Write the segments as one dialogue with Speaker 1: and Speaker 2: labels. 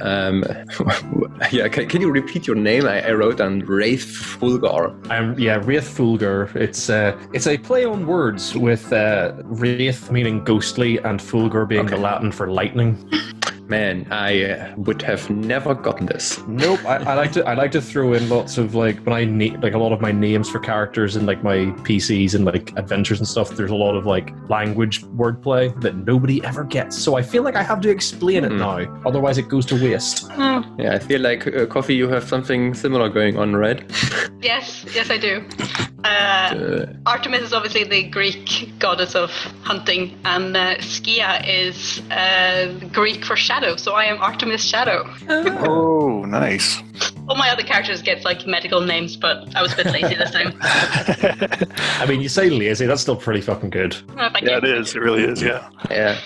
Speaker 1: Um, yeah, can, can you repeat your name? I, I wrote down Wraith Fulgar.
Speaker 2: I'm yeah, Wraith Fulgur. It's uh, it's a play on words with uh, Wraith meaning ghostly and Fulgur being the
Speaker 1: Okay.
Speaker 2: Latin for lightning.
Speaker 1: Man, I uh, would have never gotten this.
Speaker 2: Nope. I, I like to I like to throw in lots of like when I need like a lot of my names for characters and like my PCs and like adventures and stuff. There's a lot of like language wordplay that nobody ever gets. So I feel like I have to explain it
Speaker 1: Hmm.
Speaker 2: now, otherwise it goes to waste.
Speaker 3: Mm,
Speaker 1: Yeah, I feel like uh, Coffee, you have something similar going on, right?
Speaker 3: yes, yes, I do. Uh,
Speaker 1: Uh,
Speaker 3: Artemis is obviously the Greek goddess of hunting, and uh, Skia is uh, Greek for shadow, so I am Artemis Shadow.
Speaker 4: Oh, nice.
Speaker 3: All my other characters get like medical names, but I was a bit lazy this time.
Speaker 2: I mean, you say lazy. That's still pretty fucking good.
Speaker 3: Uh, thank
Speaker 4: yeah,
Speaker 3: you.
Speaker 4: it is. It really is. Yeah.
Speaker 1: Yeah.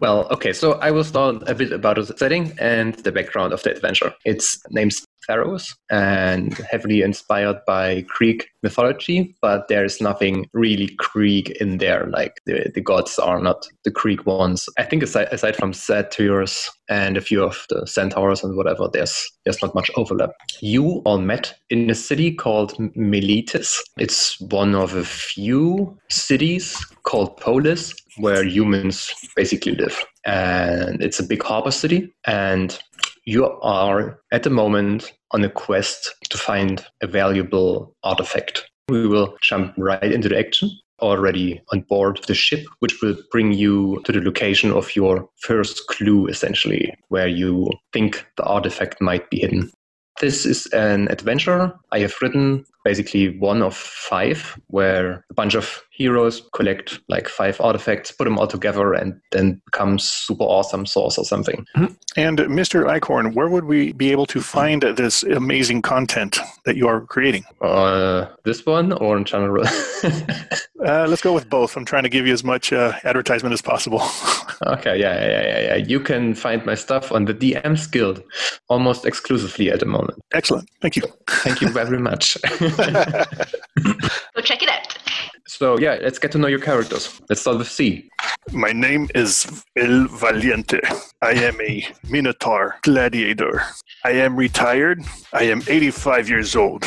Speaker 1: Well, okay, so I will start a bit about the setting and the background of the adventure. It's named Theros and heavily inspired by Greek mythology, but there is nothing really Greek in there. Like the, the gods are not the Greek ones. I think aside, aside from Satyrs and a few of the centaurs and whatever, there's there's not much overlap. You all met in a city called M- Miletus. It's one of a few cities called Polis where humans basically live. And it's a big harbor city. And you are at the moment on a quest to find a valuable artifact. We will jump right into the action already on board the ship, which will bring you to the location of your first clue, essentially, where you think the artifact might be hidden. This is an adventure I have written, basically one of five, where a bunch of heroes collect like five artifacts, put them all together, and then become super awesome source or something.
Speaker 4: And uh, Mr. Icorn, where would we be able to find this amazing content that you are creating?
Speaker 1: Uh, this one or in general?
Speaker 4: Uh, let's go with both. I'm trying to give you as much uh, advertisement as possible.
Speaker 1: okay, yeah, yeah, yeah, yeah. You can find my stuff on the DMs Guild almost exclusively at the moment.
Speaker 4: Excellent. Thank you.
Speaker 1: Thank you very much.
Speaker 3: Go check it out.
Speaker 1: so, yeah, let's get to know your characters. Let's start with C.
Speaker 4: My name is El Valiente. I am a Minotaur gladiator. I am retired. I am 85 years old.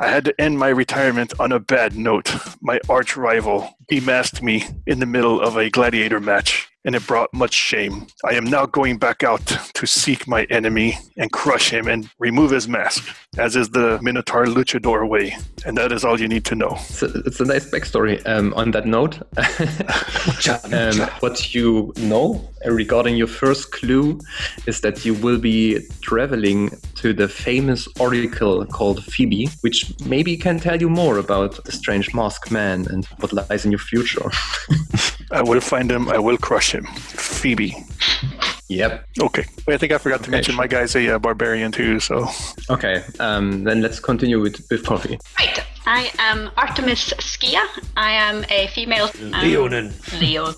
Speaker 4: I had to end my retirement on a bad note. My arch rival demasked me in the middle of a gladiator match, and it brought much shame. I am now going back out to seek my enemy and crush him and remove his mask, as is the Minotaur luchador way. And that is all you need to know.
Speaker 1: It's a, it's a nice backstory. Um, on that note, um, what you know uh, regarding your first clue is that you will be traveling to the famous oracle called Phoebe, which maybe can tell you more about the strange masked man and what lies in your future.
Speaker 4: I will find him. I will crush him. Phoebe.
Speaker 1: yep.
Speaker 4: Okay. Wait, I think I forgot to
Speaker 1: Okay,
Speaker 4: mention my guy's a uh, barbarian too, so
Speaker 1: Okay. Um, then let's continue with, with coffee.
Speaker 3: Right. I am Artemis Skia. I am a female. um,
Speaker 2: Leonin.
Speaker 3: Leo.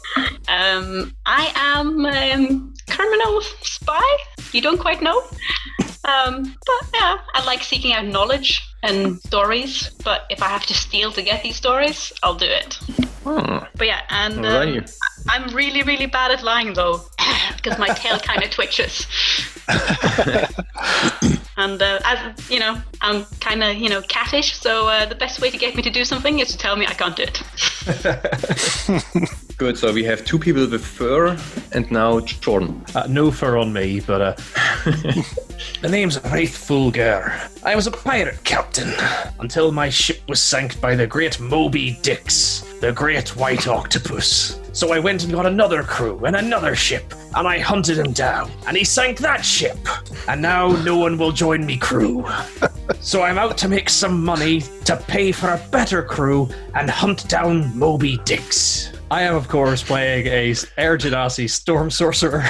Speaker 3: Um, I am um, criminal spy. You don't quite know. Um, but yeah, I like seeking out knowledge and stories. But if I have to steal to get these stories, I'll do it.
Speaker 1: Hmm.
Speaker 3: But yeah, and um,
Speaker 1: Alrighty.
Speaker 3: I'm really, really bad at lying though, because my tail kind of twitches. and uh, as you know, I'm kind of you know cattish. So uh, the best way to get me to do something is to tell me I can't do it.
Speaker 1: Good. So we have two people with fur, and now Jordan.
Speaker 2: Uh, no fur on me, but uh, the name's Wraith Fulgar. I was a pirate captain until my ship was sank by the great Moby Dix, the great white octopus. So I went and got another crew and another ship, and I hunted him down, and he sank that ship. And now no one will join me crew. So I'm out to make some money to pay for a better crew and hunt down Moby Dix. I am, of course, playing a Air Genasi Storm Sorcerer.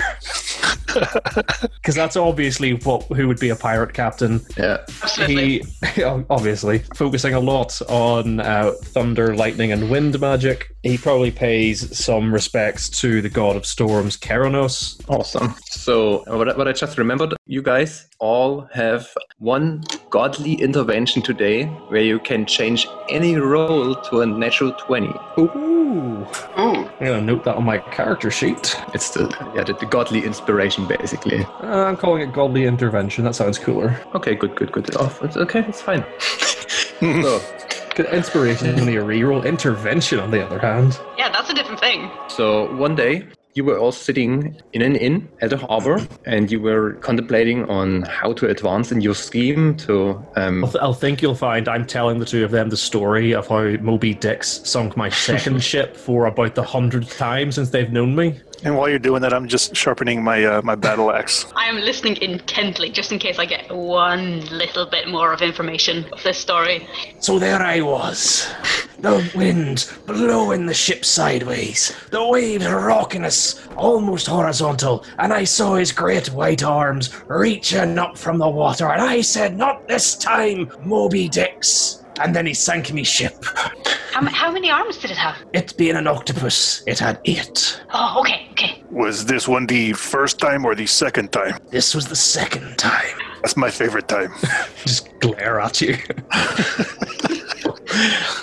Speaker 2: Because that's obviously what who would be a pirate captain.
Speaker 1: Yeah.
Speaker 3: Absolutely.
Speaker 2: He obviously focusing a lot on uh, thunder, lightning, and wind magic. He probably pays some respects to the god of storms, Keranos.
Speaker 1: Awesome. So, uh, what, I- what I just remembered, you guys all have one godly intervention today where you can change any roll to a natural 20.
Speaker 2: Ooh!
Speaker 3: Ooh.
Speaker 2: I'm gonna note that on my character sheet.
Speaker 1: It's the, yeah, the, the godly inspiration intervention, basically.
Speaker 5: Uh, I'm calling it Goldie Intervention. That sounds cooler.
Speaker 1: Okay, good, good, good. Oh, it's okay, it's fine. so,
Speaker 5: Good inspiration is only a reroll. Intervention, on the other hand.
Speaker 3: Yeah, that's a different thing.
Speaker 1: so one day you were all sitting in an inn at a harbor, and you were contemplating on how to advance in your scheme to um,
Speaker 2: I'll, I'll think you'll find I'm telling the two of them the story of how Moby Dick's sunk my second ship for about the hundredth time since they've known me.
Speaker 4: And while you're doing that, I'm just sharpening my uh, my battle axe.
Speaker 3: I am listening intently just in case I get one little bit more of information of this story.
Speaker 2: So there I was. The wind blowing the ship sideways, the waves rocking us almost horizontal, and I saw his great white arms reaching up from the water, and I said, Not this time, Moby Dicks. And then he sank me ship.
Speaker 3: How, ma- how many arms did it have?
Speaker 2: It being an octopus, it had eight.
Speaker 3: Oh, okay, okay.
Speaker 4: Was this one the first time or the second time?
Speaker 2: This was the second time.
Speaker 4: That's my favorite time.
Speaker 2: Just glare at you.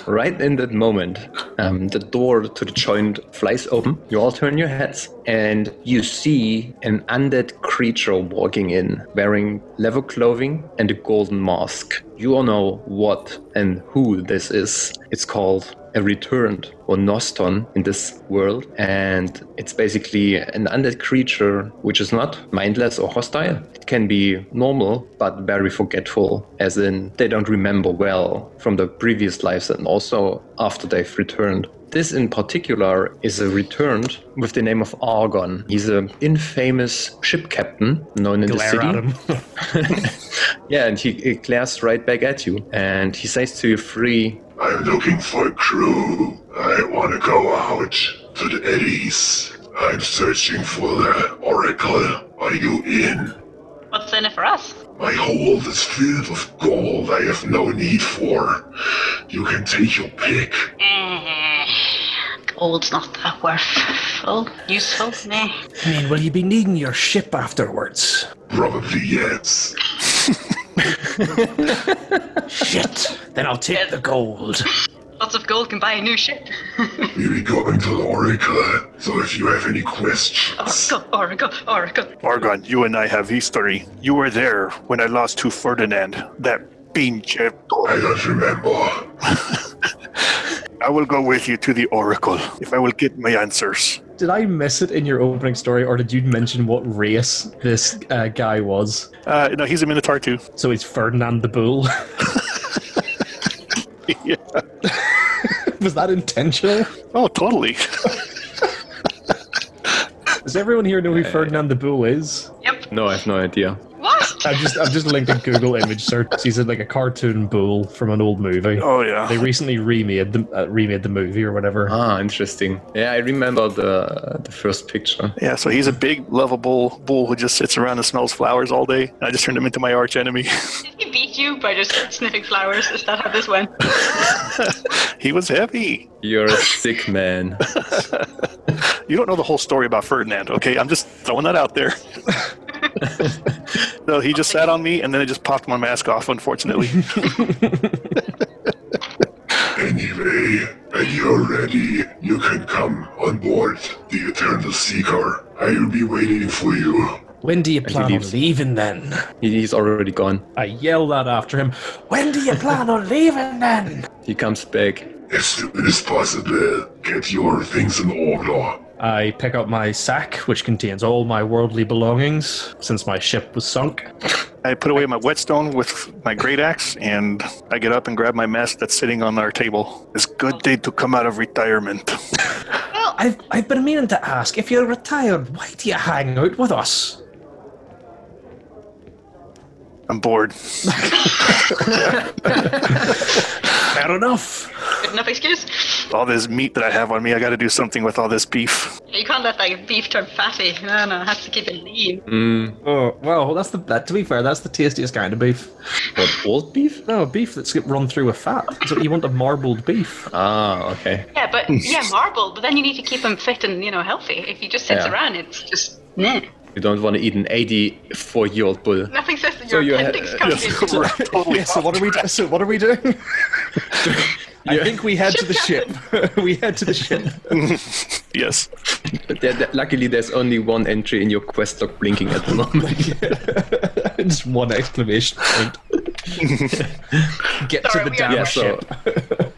Speaker 1: Right in that moment, um, the door to the joint flies open. You all turn your heads, and you see an undead creature walking in, wearing leather clothing and a golden mask. You all know what and who this is. It's called a returned or Noston in this world, and it's basically an undead creature which is not mindless or hostile. It can be normal but very forgetful, as in they don't remember well from their previous lives and also after they've returned. This in particular is a returned with the name of Argon. He's an infamous ship captain known in the
Speaker 2: Glare
Speaker 1: city.
Speaker 2: at him.
Speaker 1: Yeah, and he, he glares right back at you, and he says to you three
Speaker 6: I'm looking for crew. I want to go out to the eddies. I'm searching for the Oracle. Are you in?
Speaker 3: What's in it for us?
Speaker 6: My hold is filled with gold I have no need for. You can take your pick.
Speaker 3: Eh, Gold's not that worthful, useful. Nah.
Speaker 2: I mean, will you be needing your ship afterwards?
Speaker 6: Probably yes.
Speaker 2: Shit. Then I'll take the gold.
Speaker 3: Lots of gold can buy a new ship.
Speaker 6: We will go into the Oracle. So if you have any questions,
Speaker 3: Oracle, Oracle, Oracle.
Speaker 4: Argon, you and I have history. You were there when I lost to Ferdinand. That pinche.
Speaker 6: I don't remember.
Speaker 4: I will go with you to the Oracle if I will get my answers.
Speaker 5: Did I miss it in your opening story, or did you mention what race this uh, guy was?
Speaker 4: Uh, no, he's a Minotaur too.
Speaker 2: So it's Ferdinand the Bull.
Speaker 4: yeah.
Speaker 5: Was that intentional?
Speaker 4: Oh, totally.
Speaker 5: Does everyone here know who Ferdinand the Bull is?
Speaker 3: Yep.
Speaker 1: No, I have no idea.
Speaker 3: What?
Speaker 5: I've just I've just linked a Google image search. He's like a cartoon bull from an old movie.
Speaker 4: oh, yeah.
Speaker 5: They recently remade the uh, remade the movie or whatever.
Speaker 1: Ah, interesting. Yeah, I remember the the first picture.
Speaker 4: Yeah, so he's a big, lovable bull who just sits around and smells flowers all day. I just turned him into my arch enemy.
Speaker 3: Did he beat you by just sniffing flowers? Is that how this went?
Speaker 4: he was heavy.
Speaker 1: You're a sick man.
Speaker 4: You don't know the whole story about Ferdinand, okay? I'm just throwing that out there. no, he just sat on me and then I just popped my mask off, unfortunately.
Speaker 6: Anyway, when you're ready, you can come on board the Eternal Seeker. I will be waiting for you.
Speaker 2: When do you plan on
Speaker 1: leaves.
Speaker 2: leaving then?
Speaker 1: He, he's already gone.
Speaker 5: I yelled that after him.
Speaker 2: When do you plan on leaving then?
Speaker 1: He comes back.
Speaker 6: As soon as possible, get your things in order.
Speaker 5: I pick up my sack, which contains all my worldly belongings, since my ship was sunk.
Speaker 4: I put away my whetstone with my great axe, and I get up and grab my mask that's sitting on our table. It's good day to come out of retirement.
Speaker 2: Well, I've, I've been meaning to ask if you're retired, why do you hang out with us?
Speaker 4: I'm bored.
Speaker 2: Fair enough.
Speaker 3: Good enough excuse.
Speaker 4: All this meat that I have on me, I got to do something with all this beef.
Speaker 3: You can't let that beef turn fatty. No, no, it has to keep it lean.
Speaker 5: Oh well, that's the that. To be fair, that's the tastiest kind of beef.
Speaker 1: What, old beef?
Speaker 5: No beef that's run through a fat. So you want a marbled beef?
Speaker 1: Ah, okay.
Speaker 3: Yeah, but yeah, marble. But then you need to keep him fit and you know healthy. If he just sits
Speaker 1: Yeah.
Speaker 3: around, it's just nah.
Speaker 1: You don't want to eat an 84 year old bull.
Speaker 3: Nothing says that
Speaker 1: So uh,
Speaker 3: your
Speaker 1: you ha-
Speaker 3: appendix can't be
Speaker 4: We're
Speaker 2: Oh,
Speaker 4: totally
Speaker 5: so what are we? So what are we doing? I
Speaker 1: Yeah.
Speaker 5: think we head to the
Speaker 3: Ship
Speaker 5: ship. we head to the ship.
Speaker 4: Yes.
Speaker 1: But there, there- luckily, there's only one entry in your quest log blinking at the moment.
Speaker 5: Just one exclamation point. Get
Speaker 3: Sorry,
Speaker 5: to
Speaker 3: we
Speaker 5: the
Speaker 3: are
Speaker 5: damn
Speaker 1: yeah, so,
Speaker 5: ship.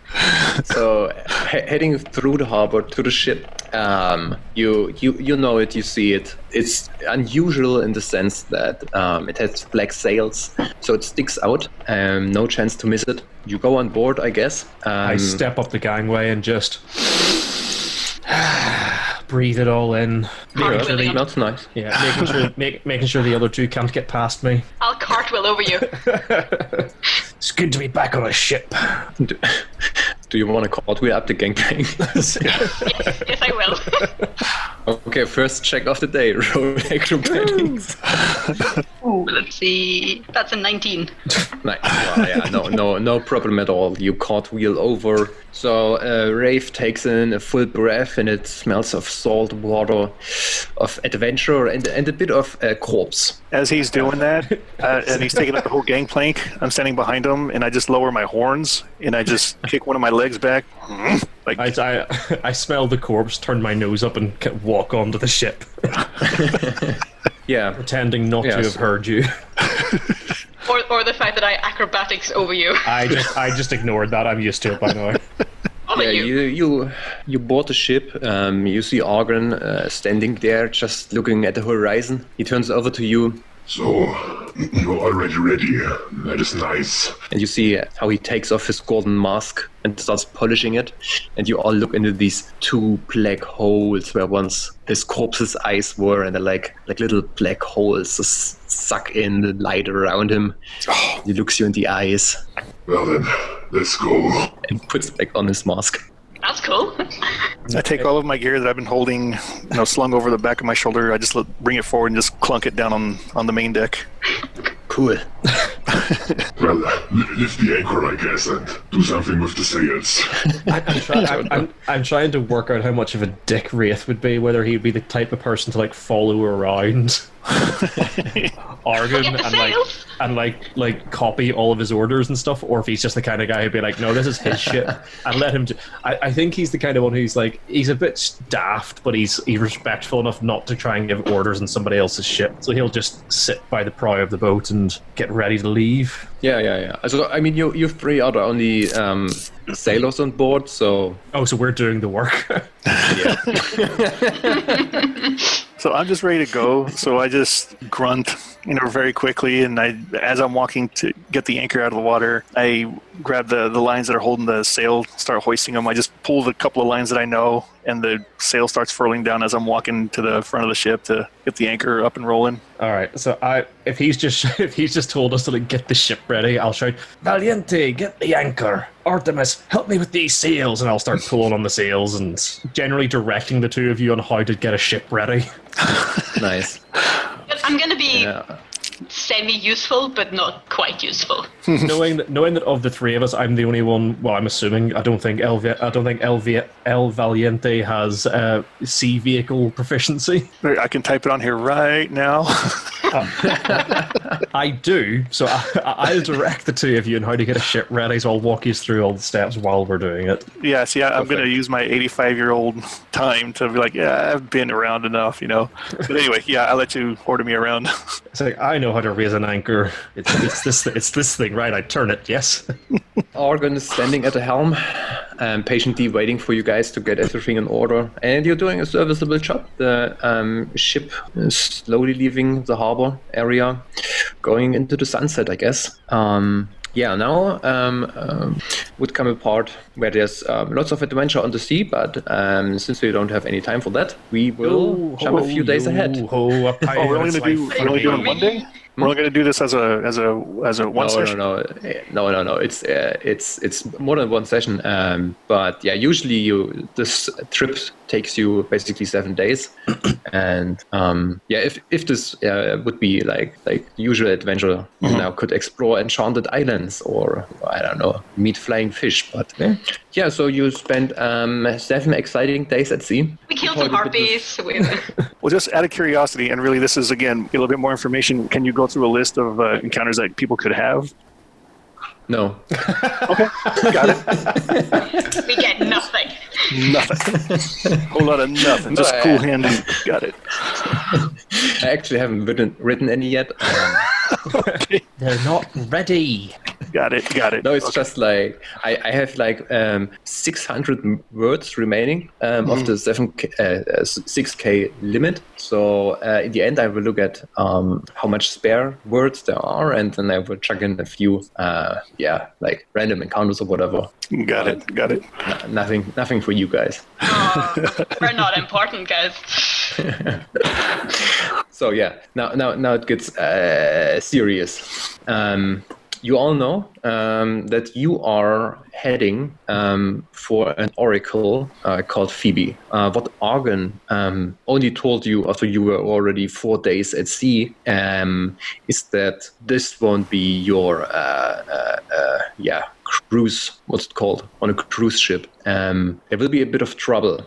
Speaker 1: so he- heading through the harbor to the ship, um, you you you know it, you see it. It's unusual in the sense that um, it has black sails, so it sticks out. Um, no chance to miss it. You go on board, I guess. Um,
Speaker 5: I step up the gangway and just breathe it all in. Making sure,
Speaker 3: Cartwheeling.
Speaker 5: the,
Speaker 1: Not nice.
Speaker 5: yeah, making sure, make, making sure the other two can't get past me.
Speaker 3: I'll cartwheel over you.
Speaker 2: It's good to be back on a ship.
Speaker 1: Do, do you want to cartwheel up the gangplank?
Speaker 3: yes, yes, I will.
Speaker 1: okay, first check of the day. Roll acrobatics.
Speaker 3: Ooh, let's see. That's a 19.
Speaker 1: Nice. Well, yeah, no, no, no problem at all. You cartwheel over. So uh, Rafe takes in a full breath, and it smells of salt water, of adventure, and and a bit of uh, corpse.
Speaker 4: As he's doing that, uh, and he's taking up the whole gangplank, I'm standing behind him, and I just lower my horns, and I just kick one of my legs back. Like,
Speaker 5: I, I, I smell the corpse, turn my nose up, and ca- walk onto the ship,
Speaker 1: Yeah.
Speaker 5: pretending not to
Speaker 1: Yes.
Speaker 5: have heard you.
Speaker 3: Or, or the fact that I acrobatics over you.
Speaker 5: I just, I just ignored that. I'm used to it by now.
Speaker 3: Over
Speaker 1: Yeah,
Speaker 3: you.
Speaker 1: you you you board the ship. Um, you see Argon uh, standing there, just looking at the horizon. He turns over to you,
Speaker 6: So, you're already ready. That is nice.
Speaker 1: and you see how he takes off his golden mask and starts polishing it. And you all look into these two black holes where once his corpse's eyes were, and they're like like little black holes just suck in the light around him. He looks you in the eyes
Speaker 6: Well then, let's go.
Speaker 1: and puts back on his mask.
Speaker 3: That's cool.
Speaker 4: I take all of my gear that I've been holding, you know, slung over the back of my shoulder. I just let, bring it forward and just clunk it down on, on the main deck.
Speaker 1: Cool.
Speaker 6: Well, li- lift the anchor, I guess, and do something with the sails.
Speaker 5: I'm, try- I'm, I'm, I'm trying to work out how much of a dick Wraith would be, whether he'd be the type of person to like follow around Argon
Speaker 3: Forget the
Speaker 5: and like
Speaker 3: sails.
Speaker 5: and like like copy all of his orders and stuff, or if he's just the kind of guy who'd be like, no, this is his shit, and let him. Do- I, I think he's the kind of one who's like he's a bit daft, but he's he's respectful enough not to try and give orders on somebody else's ship, so he'll just sit by the prow of the boat and get ready to leave.
Speaker 1: Yeah, yeah, yeah. So I mean, you you three are the only um, sailors on board, so
Speaker 5: Oh, so we're doing the work.
Speaker 4: So I'm just ready to go. So I just grunt, you know, very quickly. And I, as I'm walking to get the anchor out of the water, I grab the, the lines that are holding the sail, start hoisting them. I just pull the couple of lines that I know, and the sail starts furling down as I'm walking to the front of the ship to get the anchor up and rolling.
Speaker 5: All right. So I, if he's just if he's just told us to like get the ship ready, I'll shout, "Valiente, get the anchor! Artemis, help me with these sails!" And I'll start pulling on the sails and generally directing the two of you on how to get a ship ready.
Speaker 1: nice.
Speaker 3: But I'm going to be
Speaker 1: Yeah.
Speaker 3: semi useful, but not quite useful.
Speaker 5: knowing that knowing that of the three of us, I'm the only one. Well, I'm assuming I don't think El I don't think El, El Valiente has uh, sea vehicle proficiency.
Speaker 4: There, I can type it on here right now.
Speaker 5: I do, so I, I- I'll direct the two of you on how to get a ship ready. So I'll walk you through all the steps while we're doing it.
Speaker 4: yeah, see, I, I'm going to use my 85 year old time to be like, yeah, I've been around enough, you know. But anyway, yeah, I'll let you order me around.
Speaker 5: It's like I know how to raise an anchor. It's, it's this. It's this thing, right? I turn it. Yes.
Speaker 1: Argon is standing at the helm, um, patiently waiting for you guys to get everything in order. And you're doing a serviceable job. The um, ship is slowly leaving the harbor area, going into the sunset, I guess. Um, yeah, now um, um, would come a part where there's um, lots of adventure on the sea, but um, since we don't have any time for that, we will jump a few days ahead.
Speaker 5: Oh, a
Speaker 4: Oh, we're only
Speaker 5: pirate's
Speaker 4: gonna do
Speaker 5: life
Speaker 4: we're only
Speaker 5: for
Speaker 4: doing
Speaker 5: me.
Speaker 4: one day. We're only gonna do this as a as a as a one
Speaker 1: no,
Speaker 4: session.
Speaker 1: No, no, Eh, no, no, no. It's uh, it's it's more than one session. Um, but yeah, usually you this trip takes you basically seven days, and um, yeah, if if this uh, would be like like usual adventure,
Speaker 4: Uh-huh.
Speaker 1: you now could explore enchanted islands or I don't know, meet flying fish. But eh, yeah, so you spend um, seven exciting days at sea.
Speaker 3: We killed some harpies. We,
Speaker 4: Well, just out of curiosity, and really, this is again a little bit more information. Can you go through a list of uh, encounters that people could have?
Speaker 1: No,
Speaker 4: Got it.
Speaker 3: we get nothing.
Speaker 4: Nothing. Whole lot of nothing. Just
Speaker 1: No,
Speaker 4: cool
Speaker 1: I-
Speaker 4: hand. and Got it.
Speaker 1: I actually haven't written, written any yet. Um,
Speaker 5: They're not ready.
Speaker 4: Got it. Got it.
Speaker 1: no, it's just like I, I have like um, 600 m- words remaining um, of the 7K, uh, uh, s- 6K limit. So uh, in the end, I will look at um, how much spare words there are, and then I will chuck in a few, uh, yeah, like random encounters or whatever.
Speaker 4: Got it. Got it.
Speaker 1: N- nothing, nothing for you guys.
Speaker 3: Aw, we're not important, guys.
Speaker 1: So yeah, now now now it gets uh, serious. Um, you all know um, that you are heading um, for an oracle uh, called Phoebe. Uh, what Argon um, only told you after you were already four days at sea um, is that this won't be your uh, uh, uh, yeah cruise. What's it called on a cruise ship? Um, there will be a bit of trouble,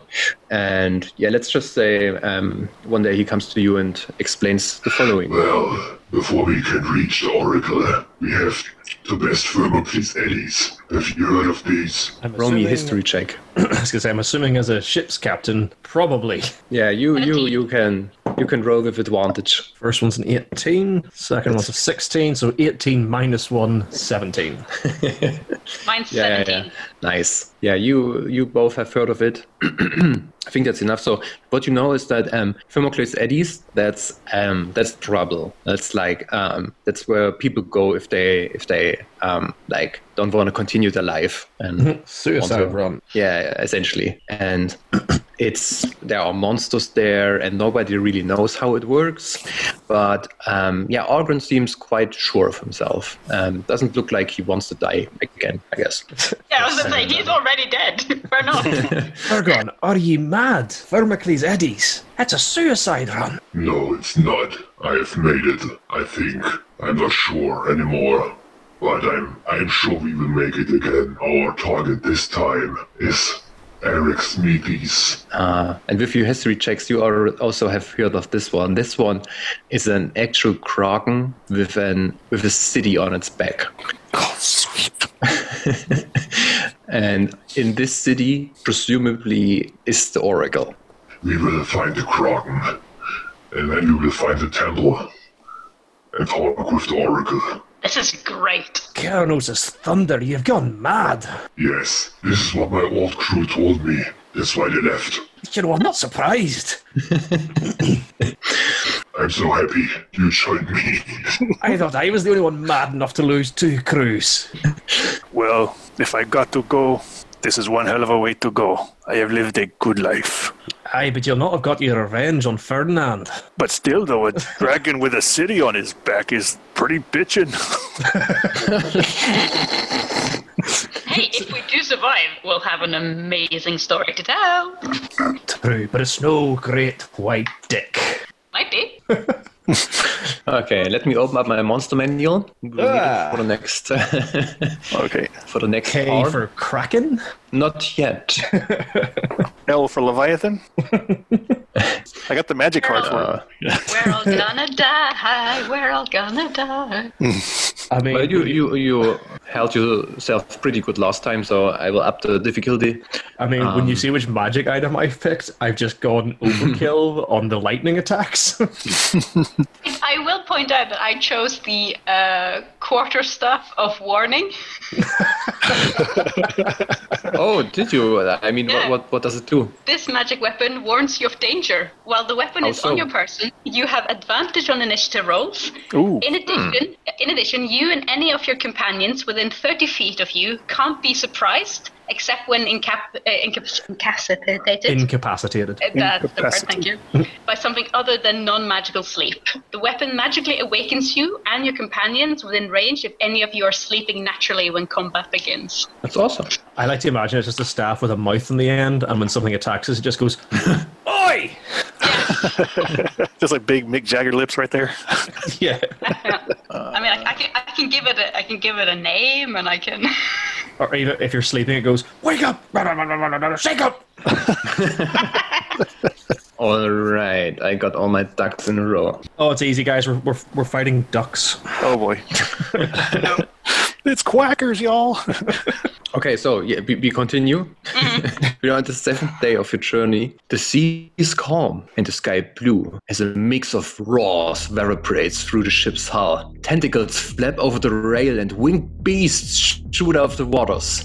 Speaker 1: and yeah, let's just say um, one day he comes to you and explains the following.
Speaker 6: Well, before we can reach the Oracle, we have to best Thermocles Eddies. Have you heard of these?
Speaker 5: I'm
Speaker 1: Roll me a
Speaker 5: assuming-
Speaker 1: history check.
Speaker 5: I was gonna say, I'm assuming as a ship's captain, probably.
Speaker 1: Yeah, you you you can you can roll with advantage.
Speaker 5: First one's an 18, second one's a 16, so 18 minus 1, 17.
Speaker 3: Mine's
Speaker 1: Yeah, yeah,
Speaker 3: 17.
Speaker 1: yeah. Nice. Yeah, you you both have heard of it. I think that's enough. So what you know is that um, Thermocles eddies. That's um, that's trouble. That's like um, that's where people go if they if they um, like don't want to continue their life and
Speaker 5: Suicide
Speaker 1: Also-
Speaker 5: run.
Speaker 1: Yeah, essentially. And it's there are monsters there, and nobody really knows how it works. But um, yeah, Argon seems quite sure of himself. Um, doesn't look like he wants to die again. I guess.
Speaker 3: Yeah, I was gonna say, he's already dead. We're not.
Speaker 5: Ergon, are ye mad? Vermicles Eddies. That's a suicide run.
Speaker 6: No, it's not. I have made it, I think. I'm not sure anymore. But I'm I'm sure we will make it again. Our target this time is Eric Smeaties.
Speaker 1: Uh, and with your history checks, you are also have heard of this one. This one is an actual kraken with an with a city on its back.
Speaker 4: Oh, sweet.
Speaker 1: And in this city, presumably, is the oracle.
Speaker 6: We will find the Kraken. And then we will find the temple. And talk with the Oracle.
Speaker 3: this is great.
Speaker 5: Keranos' thunder, you've gone mad.
Speaker 6: Yes, this is what my old crew told me. That's why they left.
Speaker 5: You know, I'm not surprised.
Speaker 6: I'm so happy you joined me.
Speaker 5: I thought I was the only one mad enough to lose two crews.
Speaker 4: Well, if I got to go, this is one hell of a way to go. I have lived a good life.
Speaker 5: Aye, but you'll not have got your revenge on Ferdinand.
Speaker 4: But still, though, a dragon with a city on his back is pretty bitchin'.
Speaker 3: Hey, if we do survive, we'll have an amazing story to tell.
Speaker 5: True, but it's no great white dick.
Speaker 3: Might be.
Speaker 1: Okay, let me open up my monster manual. We'll need it for the next
Speaker 4: okay.
Speaker 1: for the next
Speaker 5: K
Speaker 1: hour.
Speaker 5: for Kraken?
Speaker 1: Not yet.
Speaker 4: L for Leviathan. I got the magic card for it.
Speaker 1: Uh,
Speaker 3: We're all gonna die. We're all gonna die.
Speaker 5: I mean,
Speaker 1: but you, you you held yourself pretty good last time, so I will up the difficulty.
Speaker 5: I mean, when you see which magic item I've picked, I've just gone overkill on the lightning attacks.
Speaker 3: I will point out that I chose the uh, quarter staff of warning.
Speaker 1: Oh, did you? I mean,
Speaker 3: Yeah.
Speaker 1: what, what what does it do?
Speaker 3: This magic weapon warns you of danger. While the weapon
Speaker 1: How
Speaker 3: is
Speaker 1: so?
Speaker 3: on your person, you have advantage on initiative rolls.
Speaker 4: Ooh,
Speaker 1: Hmm.
Speaker 3: In addition, in addition, you and any of your companions within 30 feet of you can't be surprised except when incap- uh, incap- incapacitated.
Speaker 5: Incapacitated.
Speaker 3: Uh, That's the word,
Speaker 4: Incapacity.
Speaker 3: thank you. By something other than non magical sleep. The weapon magically awakens you and your companions within range if any of you are sleeping naturally when combat begins.
Speaker 1: That's awesome.
Speaker 5: I like to imagine it's just a staff with a mouth in the end, and when something attacks us, it just goes, Oi!
Speaker 4: just like big Mick Jagger lips right there.
Speaker 5: Yeah.
Speaker 3: I mean, I, I, can, I can give it a, I can give it a name, and I can.
Speaker 5: Or even if you're sleeping, it goes, Wake up! Shake up!
Speaker 1: All right, I got all my ducks in a row.
Speaker 5: Oh, it's easy, guys. We're, we're, we're fighting ducks.
Speaker 4: Oh boy, it's quackers, y'all.
Speaker 1: Okay, so yeah, we, we continue. we are on the seventh day of your journey. The sea is calm and the sky blue as a mix of roars evaporates through the ship's hull. Tentacles flap over the rail and winged beasts sh- shoot out of the waters.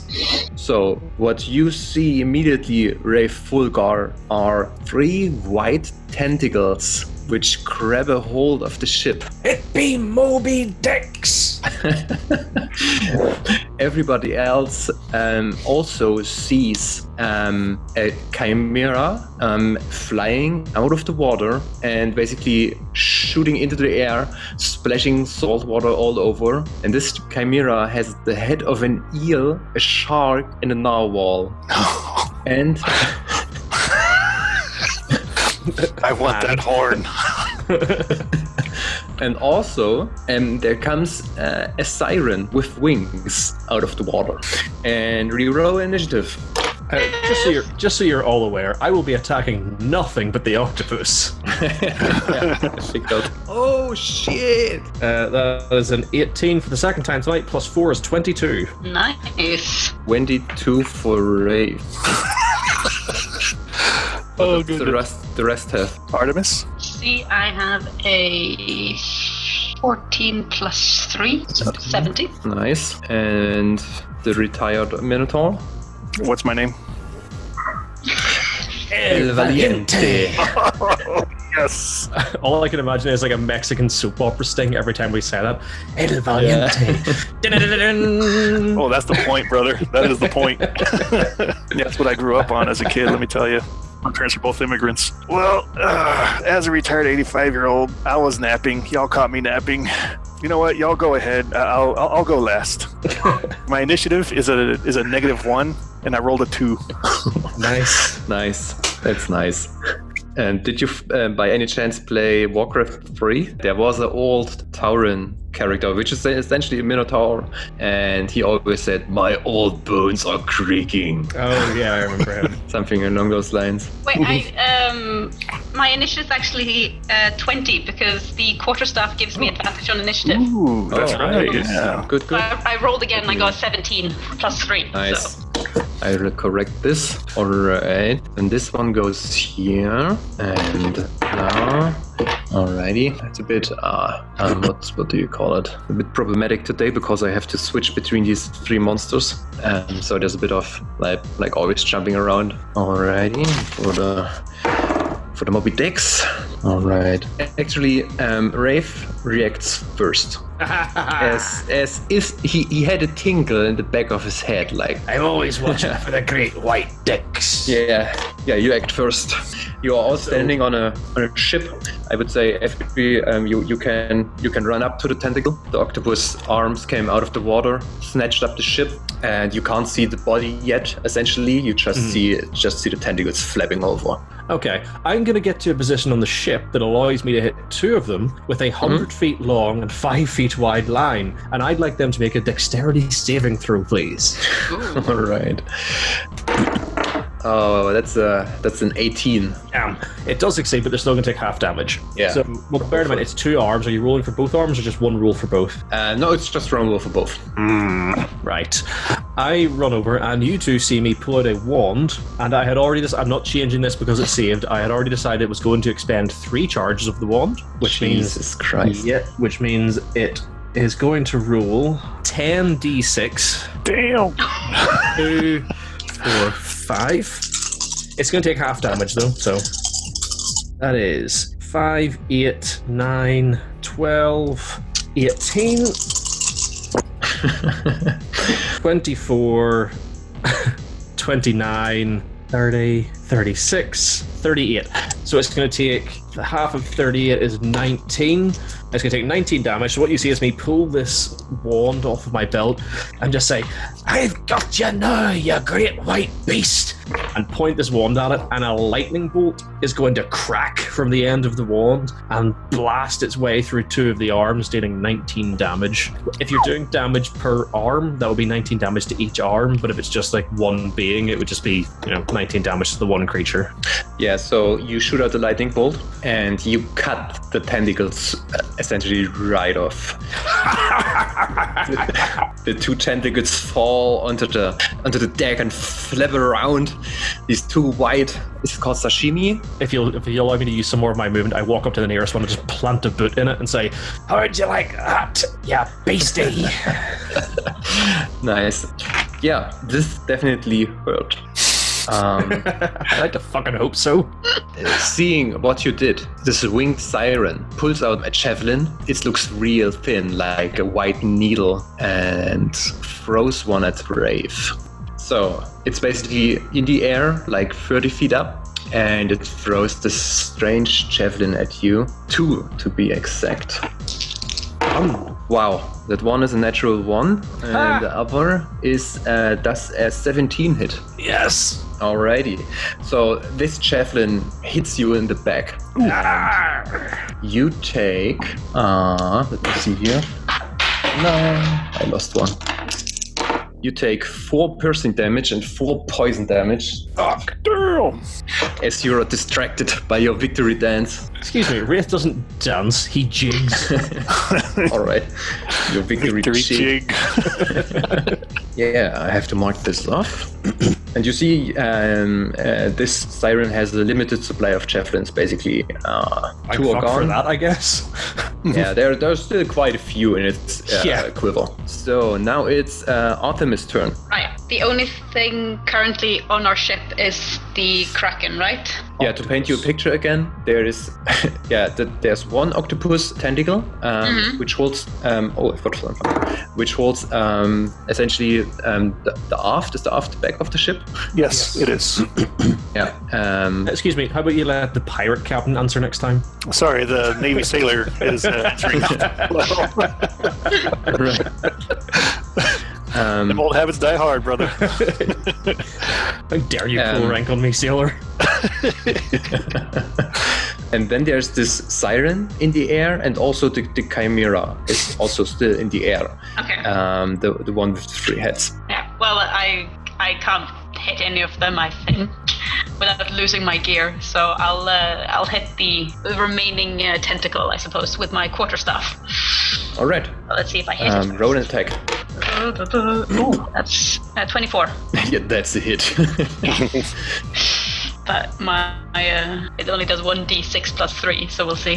Speaker 1: So, what you see immediately, Rafe Fulgar, are three white tentacles which grab a hold of the ship.
Speaker 2: It be Moby Dicks!
Speaker 1: everybody else um, also sees um, a chimera um, flying out of the water and basically shooting into the air, splashing salt water all over. And this chimera has the head of an eel, a shark, and a narwhal. and
Speaker 4: I want that horn.
Speaker 1: and also, um, there comes uh, a siren with wings out of the water. And reroll initiative.
Speaker 5: Uh, just so you're just so you're all aware, I will be attacking nothing but the octopus.
Speaker 1: Figured out. Oh shit!
Speaker 5: Uh, that is an 18 for the second time tonight. Plus four is 22.
Speaker 3: Nice.
Speaker 1: Wendy two for Rafe.
Speaker 7: Oh,
Speaker 1: The
Speaker 7: good.
Speaker 1: rest, the rest have.
Speaker 4: Artemis?
Speaker 3: See, I have a 14 plus 3, so 17.
Speaker 1: Nice. And the retired Minotaur.
Speaker 4: What's my name?
Speaker 1: El Valiente.
Speaker 4: Yes.
Speaker 5: All I can imagine is like a Mexican soap opera sting every time we say that. El Valiente.
Speaker 4: Oh, that's the point, brother. That is the point. that's what I grew up on as a kid, let me tell you. My parents are both immigrants. Well, uh, as a retired 85 year old, I was napping. Y'all caught me napping. You know what? Y'all go ahead. I- I'll, I'll, I'll go last. My initiative is a is a negative one, and I rolled a two.
Speaker 5: nice.
Speaker 1: nice. That's nice. And did you, um, by any chance, play Warcraft 3? There was an old Tauren character, which is essentially a Minotaur, and he always said, My old bones are creaking.
Speaker 5: Oh yeah, I remember him.
Speaker 1: Something along those lines.
Speaker 3: Wait, I, um, my initiative's actually uh, 20 because the quarterstaff gives me advantage on initiative.
Speaker 4: Ooh, that's
Speaker 1: Oh,
Speaker 4: right.
Speaker 1: nice.
Speaker 4: Yeah.
Speaker 1: Good,
Speaker 3: So
Speaker 1: good.
Speaker 3: I, I rolled again and I got a 17 plus 3.
Speaker 1: Nice.
Speaker 3: So.
Speaker 1: I will correct this. Alright. And this one goes here. And now. Alrighty. It's a bit, uh, um, what, what do you call it? A bit problematic today because I have to switch between these three monsters. Um, so there's a bit of, like, like always jumping around. Alrighty. For the. For the Moby Dicks. All right. Actually, um, Rafe reacts first, as as if he, he had a tingle in the back of his head, like
Speaker 2: I'm always watching for the great white dicks.
Speaker 1: yeah, yeah. You act first. You are all standing on a on a ship. I would say FP. Um, you you can you can run up to the tentacle. The octopus arms came out of the water, snatched up the ship, and you can't see the body yet. Essentially, you just see just see the tentacles flapping over.
Speaker 5: Okay, I'm going to get to a position on the ship that allows me to hit two of them with a 100 feet long and five feet wide line, and I'd like them to make a dexterity saving throw, please.
Speaker 1: all right. Oh, that's a that's an 18.
Speaker 5: Damn, it does succeed, but they're still going to take half damage.
Speaker 1: Yeah.
Speaker 5: So, well, bear in mind, it's two arms. Are you rolling for both arms or just one roll for both?
Speaker 1: Uh, no, it's just round roll for both.
Speaker 5: Right. I run over, and you two see me pull out a wand, and I had already. Des- I'm not changing this because it's saved. I had already decided it was going to expend three charges of the wand, which means
Speaker 1: Jesus Christ.
Speaker 5: Yeah, which means it is going to roll 10d6.
Speaker 4: Damn.
Speaker 5: Two, four, five. It's going to take half damage, though, so. That is 5, 8, 9, 12, 18, 24, 29, 30, 36, 38. So it's going to take the half of 38 is 19. It's going to take 19 damage. So what you see is me pull this wand off of my belt and just say, I've got you now, you great white beast. And point this wand at it, and a lightning bolt is going to crack from the end of the wand and blast its way through two of the arms, dealing 19 damage. If you're doing damage per arm, that would be 19 damage to each arm, but if it's just like one being, it would just be, you know, 19 damage to the one creature.
Speaker 1: Yeah, so you shoot out the lightning bolt and you cut the tentacles uh, essentially right off. the two tentacles fall onto the onto the deck and flap around. These two white. It's called sashimi.
Speaker 5: If you'll if you allow me to use some more of my movement, I walk up to the nearest one and just plant a boot in it and say, "How'd you like that, yeah, beastie?"
Speaker 1: Nice. Yeah, this definitely hurt. Um,
Speaker 5: I like to fucking hope so.
Speaker 1: seeing what you did, this winged siren pulls out a javelin. It looks real thin, like a white needle, and throws one at Brave. So it's basically in the air, like 30 feet up, and it throws this strange javelin at you. Two, to be exact. Wow, that one is a natural one, and the other is uh, does a 17 hit.
Speaker 2: Yes.
Speaker 1: Alrighty. So this javelin hits you in the back. You take. Uh, let me see here. No, I lost one. You take four piercing damage and four poison damage
Speaker 4: Fuck, damn.
Speaker 1: as you are distracted by your victory dance.
Speaker 5: Excuse me, Wraith doesn't dance; he jigs.
Speaker 1: Alright. Your victory,
Speaker 4: Victory
Speaker 1: jig.
Speaker 4: jig.
Speaker 1: Yeah, I have to mark this off. and you see, um, uh, this siren has a limited supply of javelins, basically. Uh, two are
Speaker 5: Fuck for
Speaker 1: gone.
Speaker 5: that, I guess.
Speaker 1: yeah, there, there's still quite a few in its uh,
Speaker 5: Yeah.
Speaker 1: quiver. So now it's uh, Artemis' turn.
Speaker 3: Right. The only thing currently on our ship is the Kraken, right?
Speaker 1: Yeah, to paint you a picture again, there is, yeah, th- there's one octopus tentacle um, which holds, um, oh, I've got some, which holds um, essentially um, the, the aft, is the aft back of the ship.
Speaker 4: Yes, it is.
Speaker 1: Yeah. Um,
Speaker 5: Excuse me, how about you let the pirate captain answer next time?
Speaker 4: Sorry, the Navy sailor is uh, three. well,
Speaker 1: right.
Speaker 4: them old habits die hard, brother.
Speaker 5: How dare you
Speaker 1: Um,
Speaker 5: pull rank on me, sailor?
Speaker 1: And then there's this siren in the air, and also the, the chimera is also still in the air.
Speaker 3: Okay.
Speaker 1: Um, the, the one with the three heads.
Speaker 3: yeah. Well, I I can't hit any of them, I think, without losing my gear. So I'll uh, I'll hit the remaining uh, tentacle, I suppose, with my quarterstaff.
Speaker 1: All right.
Speaker 3: Well, let's see if I hit
Speaker 1: Um, roll an attack.
Speaker 3: it. Ooh, that's uh, 24.
Speaker 1: yeah, that's a hit.
Speaker 3: But my, my uh, it only does 1d6 plus three, so we'll see.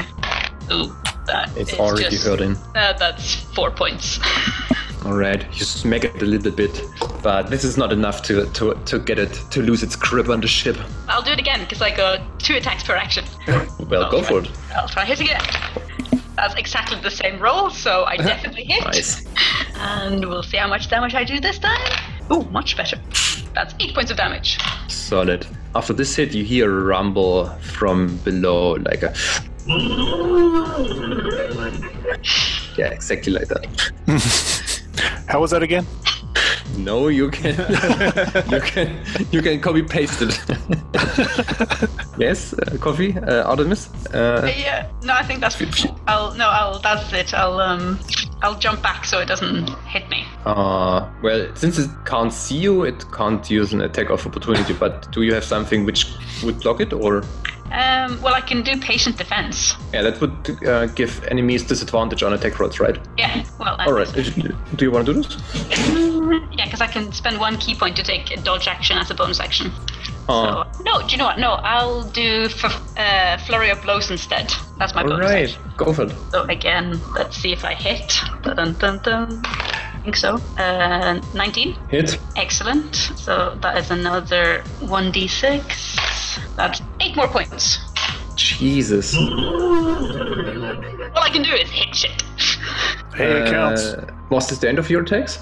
Speaker 3: Ooh, that
Speaker 1: it's
Speaker 3: is
Speaker 1: already
Speaker 3: just-
Speaker 1: hurting.
Speaker 3: Uh, that's four points.
Speaker 1: All right. You smack it a little bit, but this is not enough to, to, to get it to lose its grip on the ship.
Speaker 3: I'll do it again because I got two attacks per action.
Speaker 1: Well, go for it.
Speaker 3: I'll try hit again. That's exactly the same roll, so I definitely hit.
Speaker 1: Nice.
Speaker 3: And we'll see how much damage I do this time. Oh, much better. That's eight points of damage.
Speaker 1: Solid. After this hit, you hear a rumble from below, like a. Yeah, exactly like that.
Speaker 4: How was that again?
Speaker 1: No, you can. you can. You can copy paste it. yes, uh, coffee, uh, Artemis. Uh,
Speaker 3: Yeah. No, I think that's. I'll no. I'll. That's it. I'll um. I'll jump back so it doesn't hit me.
Speaker 1: uh, well, since it can't see you, it can't use an attack of opportunity. But do you have something which would block it, or
Speaker 3: Um. Well, I can do patient defense.
Speaker 1: yeah, that would uh, give enemies disadvantage on attack rolls, right?
Speaker 3: Yeah. Well.
Speaker 1: All right. Do you want to do this?
Speaker 3: Yeah, because I can spend one key point to take a dodge action as a bonus action.
Speaker 1: Uh,
Speaker 3: So, no, do you know what? No, I'll do f- uh, flurry of blows instead. That's my
Speaker 1: all
Speaker 3: bonus
Speaker 1: right.
Speaker 3: action.
Speaker 1: Go for it.
Speaker 3: So again, let's see if I hit. Dun, dun, dun. I think so. Uh, 19.
Speaker 1: Hit.
Speaker 3: Excellent. So that is another 1d6. That's eight more points.
Speaker 1: Jesus.
Speaker 3: All I can do is hit shit.
Speaker 4: Hey, it counts.
Speaker 1: Uh, was this the end of your attacks?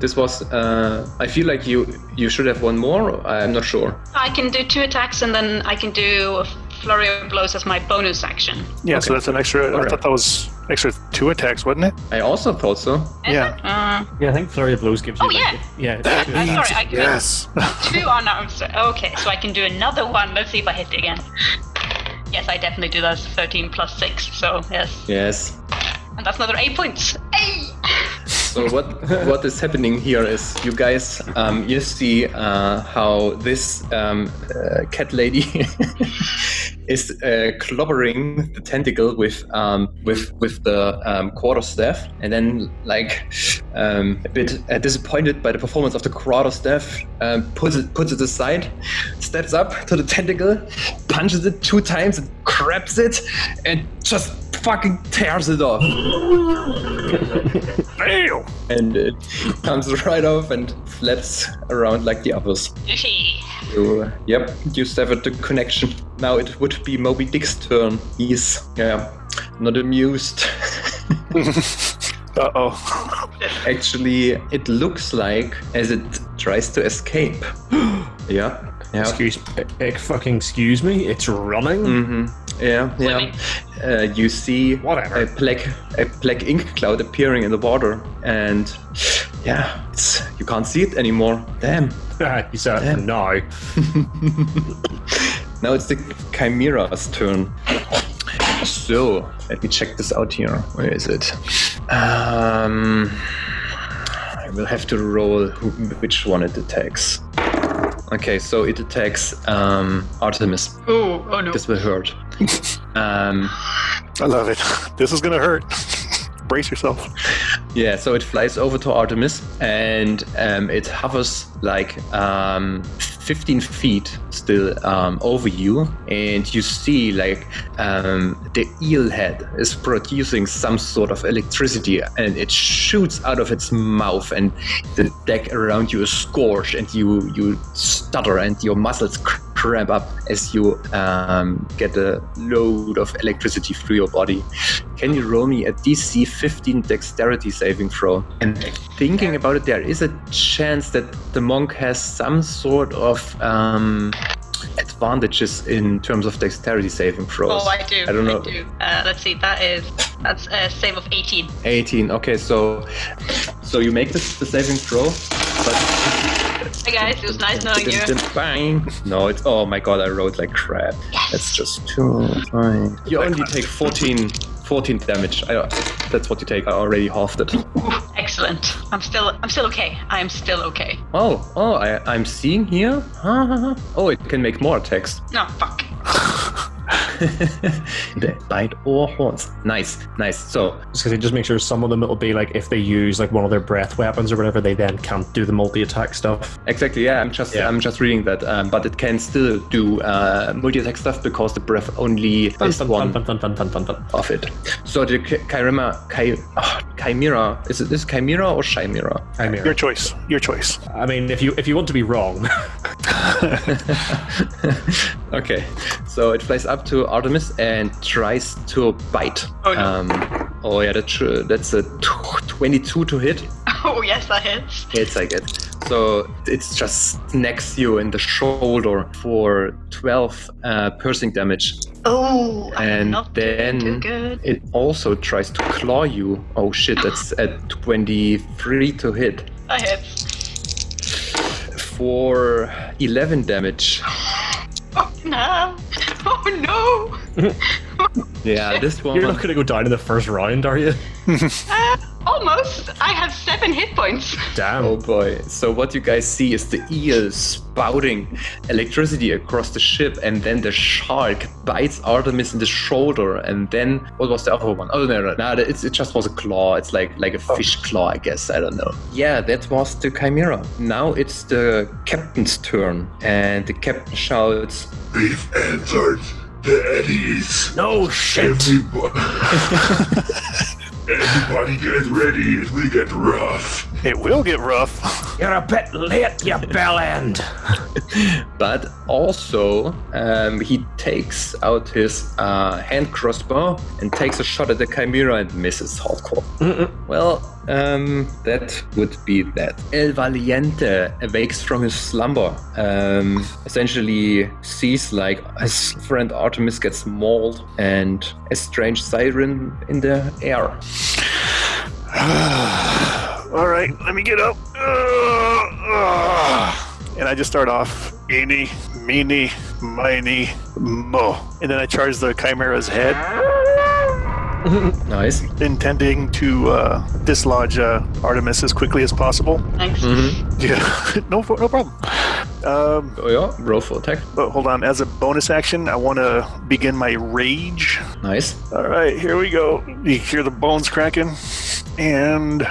Speaker 1: This was. Uh, I feel like you you should have one more. I'm not sure.
Speaker 3: I can do two attacks and then I can do a flurry of blows as my bonus action.
Speaker 4: Yeah, so that's an extra. I
Speaker 1: Alright.
Speaker 4: thought that was extra two attacks, wasn't it?
Speaker 1: I also thought so.
Speaker 3: Is
Speaker 4: Yeah.
Speaker 3: it? Uh,
Speaker 5: Yeah, I think Flurry of Blows gives
Speaker 3: oh
Speaker 5: you.
Speaker 3: yeah.
Speaker 5: yeah. yeah.
Speaker 3: I'm Oh, sorry, I can
Speaker 4: Yes.
Speaker 3: two unarmed. sir. Okay, so I can do another one. Let's see if I hit it again. Yes, I definitely do. That's 13 plus 6, so yes.
Speaker 1: Yes.
Speaker 3: And that's another 8 points. Hey!
Speaker 1: So what what is happening here is you guys um, you see uh, how this um, uh, cat lady is uh, clobbering the tentacle with um, with with the um, quarterstaff, and then like um, a bit uh, disappointed by the performance of the quarterstaff, um, puts it puts it aside, steps up to the tentacle, punches it two times, and grabs it, and just fucking tears it off,
Speaker 4: Fail!
Speaker 1: and it comes right off and flaps around like the others. So, uh, yep, you severed the connection. Now it would be Moby Dick's turn. He's, yeah, not amused.
Speaker 4: Uh oh.
Speaker 1: Actually, it looks like as it tries to escape. yeah. Yeah.
Speaker 5: Excuse, eh, fucking excuse me. It's running.
Speaker 1: hmm Yeah, yeah.
Speaker 3: Swimming.
Speaker 1: Uh, you see
Speaker 5: Whatever.
Speaker 1: a black a black ink cloud appearing in the water, and yeah, it's, you can't see it anymore. Damn.
Speaker 5: he said,
Speaker 1: Damn.
Speaker 5: "No."
Speaker 1: Now it's the Chimera's turn. So, let me check this out here. Where is it? Um, I will have to roll who, which one it attacks. Okay, so it attacks um, Artemis.
Speaker 3: Oh, oh no.
Speaker 1: This will hurt. Um,
Speaker 4: I love it. This is gonna hurt. Brace yourself.
Speaker 1: yeah, so it flies over to Artemis and um, it hovers like um, 15 feet still um, over you. And you see like um, the eel head is producing some sort of electricity and it shoots out of its mouth and the deck around you is scorched and you, you stutter and your muscles cr- cramp up as you um, get a load of electricity through your body. Can you roll me a DC 15 dexterity saving throw? And thinking about it, there is a chance that the monk has some sort of um, advantages in terms of dexterity saving throws.
Speaker 3: Oh, I do.
Speaker 1: I don't know.
Speaker 3: do. Uh, let's see. That is that's a save of 18.
Speaker 1: 18. Okay, so so you make this the saving throw, but
Speaker 3: Hey guys, it was nice knowing you.
Speaker 1: Bang. No, it's oh my god, I rolled like crap. That's just too fine. You only take 14, 14 damage. I, that's what you take. I already halved it.
Speaker 3: Excellent. I'm still I'm still okay. I'm still okay.
Speaker 1: Oh, oh, I, I'm seeing here. Huh, huh, huh. Oh, it can make more attacks.
Speaker 3: No, fuck.
Speaker 1: They Bite or horns. Nice, nice. So,
Speaker 5: Just because just make sure some of them it'll be like if they use like one of their breath weapons or whatever, they then can't do the multi attack stuff.
Speaker 1: exactly. Yeah, I'm just,
Speaker 5: Yeah.
Speaker 1: I'm just reading that. Um, but it can still do uh, multi-attack stuff because the breath only
Speaker 5: Dun,
Speaker 1: is
Speaker 5: dun,
Speaker 1: one.
Speaker 5: dun, dun, dun, dun, dun, dun, dun.
Speaker 1: of it. So the chi- chimera, chi- oh, chimera, is it this chimera or chimera?
Speaker 4: Your
Speaker 5: Chimera.
Speaker 4: choice. Your choice.
Speaker 5: I mean, if you if you want to be wrong,
Speaker 1: okay, so it flies up to Artemis and tries to bite.
Speaker 3: Oh, no.
Speaker 1: um, oh yeah, that's true. That's a tw- 22 to hit.
Speaker 3: Oh yes, that hits.
Speaker 1: It's like it. So it's just snacks you in the shoulder for 12 uh, piercing damage.
Speaker 3: Oh, I'm
Speaker 1: and
Speaker 3: not
Speaker 1: then
Speaker 3: doing too good.
Speaker 1: it also tries to claw you. Oh shit, that's at 23 to hit.
Speaker 3: That hits.
Speaker 1: for 11 damage.
Speaker 3: Oh no! Oh no!
Speaker 1: Yeah, this one.
Speaker 5: you're not going to go down in the first round, are you?
Speaker 3: Uh, almost. I have seven hit points.
Speaker 5: Damn.
Speaker 1: Oh boy. So, what you guys see is the eel spouting electricity across the ship, and then the shark bites Artemis in the shoulder. And then, what was the other one? Oh, no, no, no. It's, it just was a claw. It's like like a fish claw, I guess. I don't know. Oh. Yeah, that was the chimera. Now it's the captain's turn, and the captain shouts,
Speaker 6: They've entered the eddies.
Speaker 5: No shit.
Speaker 6: Everybody, everybody get ready. It will get rough.
Speaker 4: It will get rough.
Speaker 5: You're a bit late, you bell end.
Speaker 1: but also um, he takes out his uh, hand crossbow and takes a shot at the chimera and misses hardcore. Well, um, that would be that. El Valiente awakes from his slumber. Um, essentially, sees like his friend Artemis gets mauled and a strange siren in the air.
Speaker 4: All right, let me get up. Uh, uh. And I just start off eeny, meeny, miny, mo. And then I charge the chimera's head,
Speaker 1: Nice.
Speaker 4: intending to uh, dislodge uh, Artemis as quickly as possible.
Speaker 3: Thanks.
Speaker 4: Yeah, no, no problem. Um,
Speaker 1: Oh yeah, roll for attack.
Speaker 4: but hold on. As a bonus action, I want to begin my rage.
Speaker 1: Nice.
Speaker 4: All right, here we go. You hear the bones cracking, and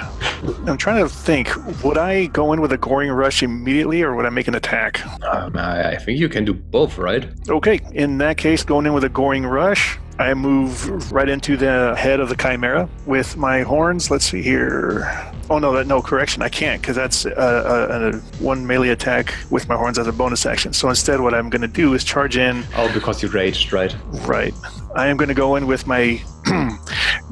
Speaker 4: I'm trying to think. Would I go in with a goring rush immediately, or would I make an attack?
Speaker 1: Um, I I think you can do both, right?
Speaker 4: Okay, in that case, going in with a goring rush, I move right into the head of the chimera with my horns. Let's see here. Oh no, that no correction, I can't because that's uh, a, a one melee attack with my horns as a bonus action. So instead, what I'm going to do is charge in.
Speaker 1: Oh, because you raged, right?
Speaker 4: Right, I am going to go in with my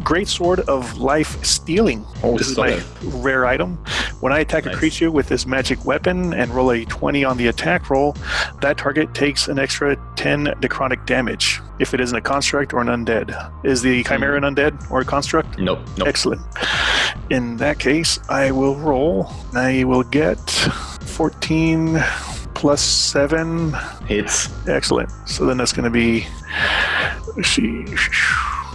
Speaker 4: great sword of life stealing.
Speaker 1: Oh,
Speaker 4: This is
Speaker 1: solid.
Speaker 4: my rare item. When I attack a
Speaker 1: Nice.
Speaker 4: creature with this magic weapon and roll a 20 on the attack roll, that target takes an extra 10 necrotic damage if it isn't a construct or an undead. Is the chimera an undead or a construct?
Speaker 1: No, no.
Speaker 4: Excellent. In that case, I will roll. I will get 14 plus 7.
Speaker 1: Hits.
Speaker 4: Excellent. So then that's going to be, let's see,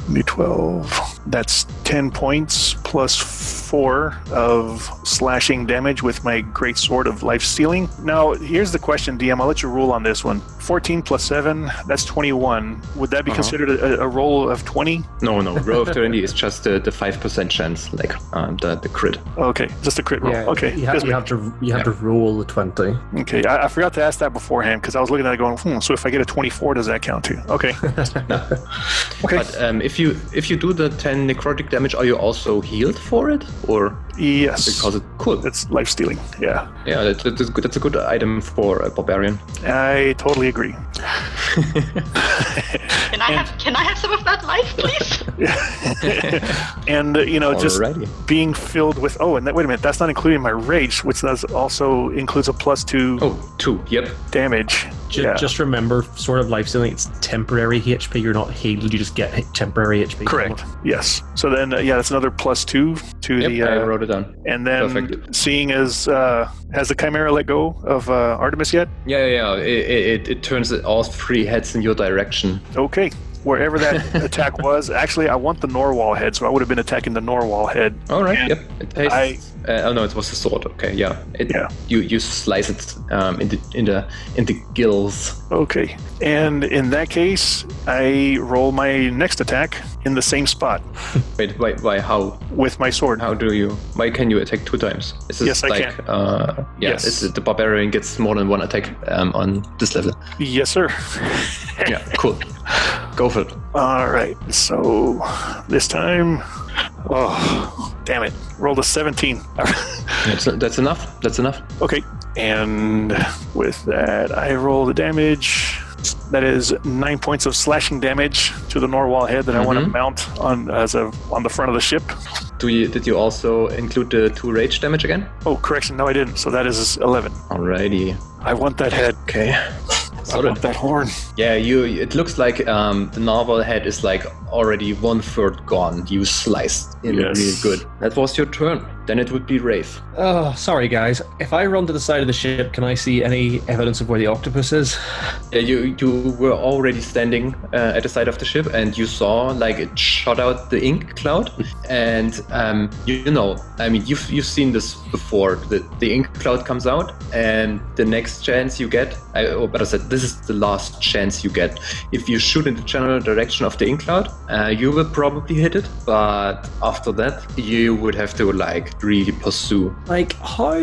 Speaker 4: new 12. That's 10 points plus 4 of slashing damage with my great sword of life stealing. Now, here's the question, DM. I'll let you rule on this one. 14 plus 7, that's 21. Would that be considered a, a roll of 20?
Speaker 1: No, no. Roll of 20 is just the, the 5% chance, like um, the, the crit.
Speaker 4: Okay, just a crit roll. okay.
Speaker 5: You, ha-
Speaker 4: just-
Speaker 5: you have to you have to roll the twenty.
Speaker 4: okay. I, I forgot to ask that beforehand because I was looking at it going, hmm, so if I get a 24, does that count too? Okay. okay.
Speaker 1: But um, if you if you do the 10 necrotic damage, are you also healed for it? Or
Speaker 4: yes.
Speaker 1: because it cool.
Speaker 4: That's life stealing. Yeah.
Speaker 1: Yeah, that, that is good. that's a good item for a barbarian.
Speaker 4: I totally agree.
Speaker 3: Can I have can I have some of that life, please?
Speaker 4: And uh, you know, just
Speaker 1: Alrighty.
Speaker 4: being filled with oh, and that, wait a minute, that's not including my rage, which does also includes a plus two
Speaker 1: Oh, two. Yep.
Speaker 4: damage.
Speaker 5: Just, just remember, sort of life stealing. It's temporary HP. You're not healed. You just get hit- temporary HP.
Speaker 4: correct. Yes. So then, uh, yeah, that's another plus two to
Speaker 1: Yep.
Speaker 4: the.
Speaker 1: I
Speaker 4: Uh,
Speaker 1: wrote it down.
Speaker 4: and then,
Speaker 1: Perfect.
Speaker 4: seeing as uh, has the Chimera let go of uh, Artemis yet?
Speaker 1: Yeah, yeah. yeah. It, it, it- it turns all three heads in your direction.
Speaker 4: Okay. Wherever that attack was, actually, I want the Norwal head, so I would have been attacking the Norwal head.
Speaker 1: All right.
Speaker 4: And
Speaker 1: Yep. It tastes,
Speaker 4: I-
Speaker 1: uh, oh no, it was a sword. Okay. Yeah. It,
Speaker 4: Yeah.
Speaker 1: You you slice it um, in the in the in the gills.
Speaker 4: Okay. And in that case, I roll my next attack in the same spot
Speaker 1: Wait. Why? Why? How?
Speaker 4: with my sword.
Speaker 1: How do you? Why can you attack two times? Is this
Speaker 4: Yes, I
Speaker 1: like,
Speaker 4: can.
Speaker 1: Uh, yeah.
Speaker 4: Yes.
Speaker 1: Is it the barbarian gets more than one attack um, on this level?
Speaker 4: Yes, sir.
Speaker 1: yeah. Cool. Go for it.
Speaker 4: All right. So this time, oh, damn it. Rolled a 17.
Speaker 1: That's, that's enough. That's enough.
Speaker 4: okay. And with that, I roll the damage. That is nine points of slashing damage to the Norwal head that I want to
Speaker 1: Mhm.
Speaker 4: mount on as a on the front of the ship.
Speaker 1: Do you? Did you also include the two rage damage again?
Speaker 4: Oh, correction, no, I didn't. So that is eleven.
Speaker 1: Alrighty.
Speaker 4: I want that head.
Speaker 1: Okay.
Speaker 4: I want that horn.
Speaker 1: Yeah, you. It looks like um, the narwhal head is like already one third gone. You sliced in
Speaker 4: Yes.
Speaker 1: real good. That was your turn. Then it would be Wraith.
Speaker 5: Oh, sorry guys. If I run to the side of the ship, can I see any evidence of where the octopus is?
Speaker 1: Yeah, you you were already standing uh, at the side of the ship, and you saw like it shot out the ink cloud, and um, you, you know, I mean, you've you've seen this before. The the ink cloud comes out, and the next chance you get, I, or better said, this is the last chance you get. If you shoot in the general direction of the ink cloud, uh, you will probably hit it, but after that, you would have to like really pursue
Speaker 5: Like, how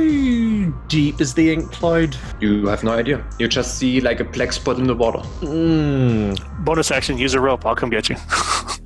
Speaker 5: deep is the ink cloud?
Speaker 1: you have no idea. You just see like a black spot in the water.
Speaker 5: Mm.
Speaker 4: Bonus action, use a rope. I'll come get you.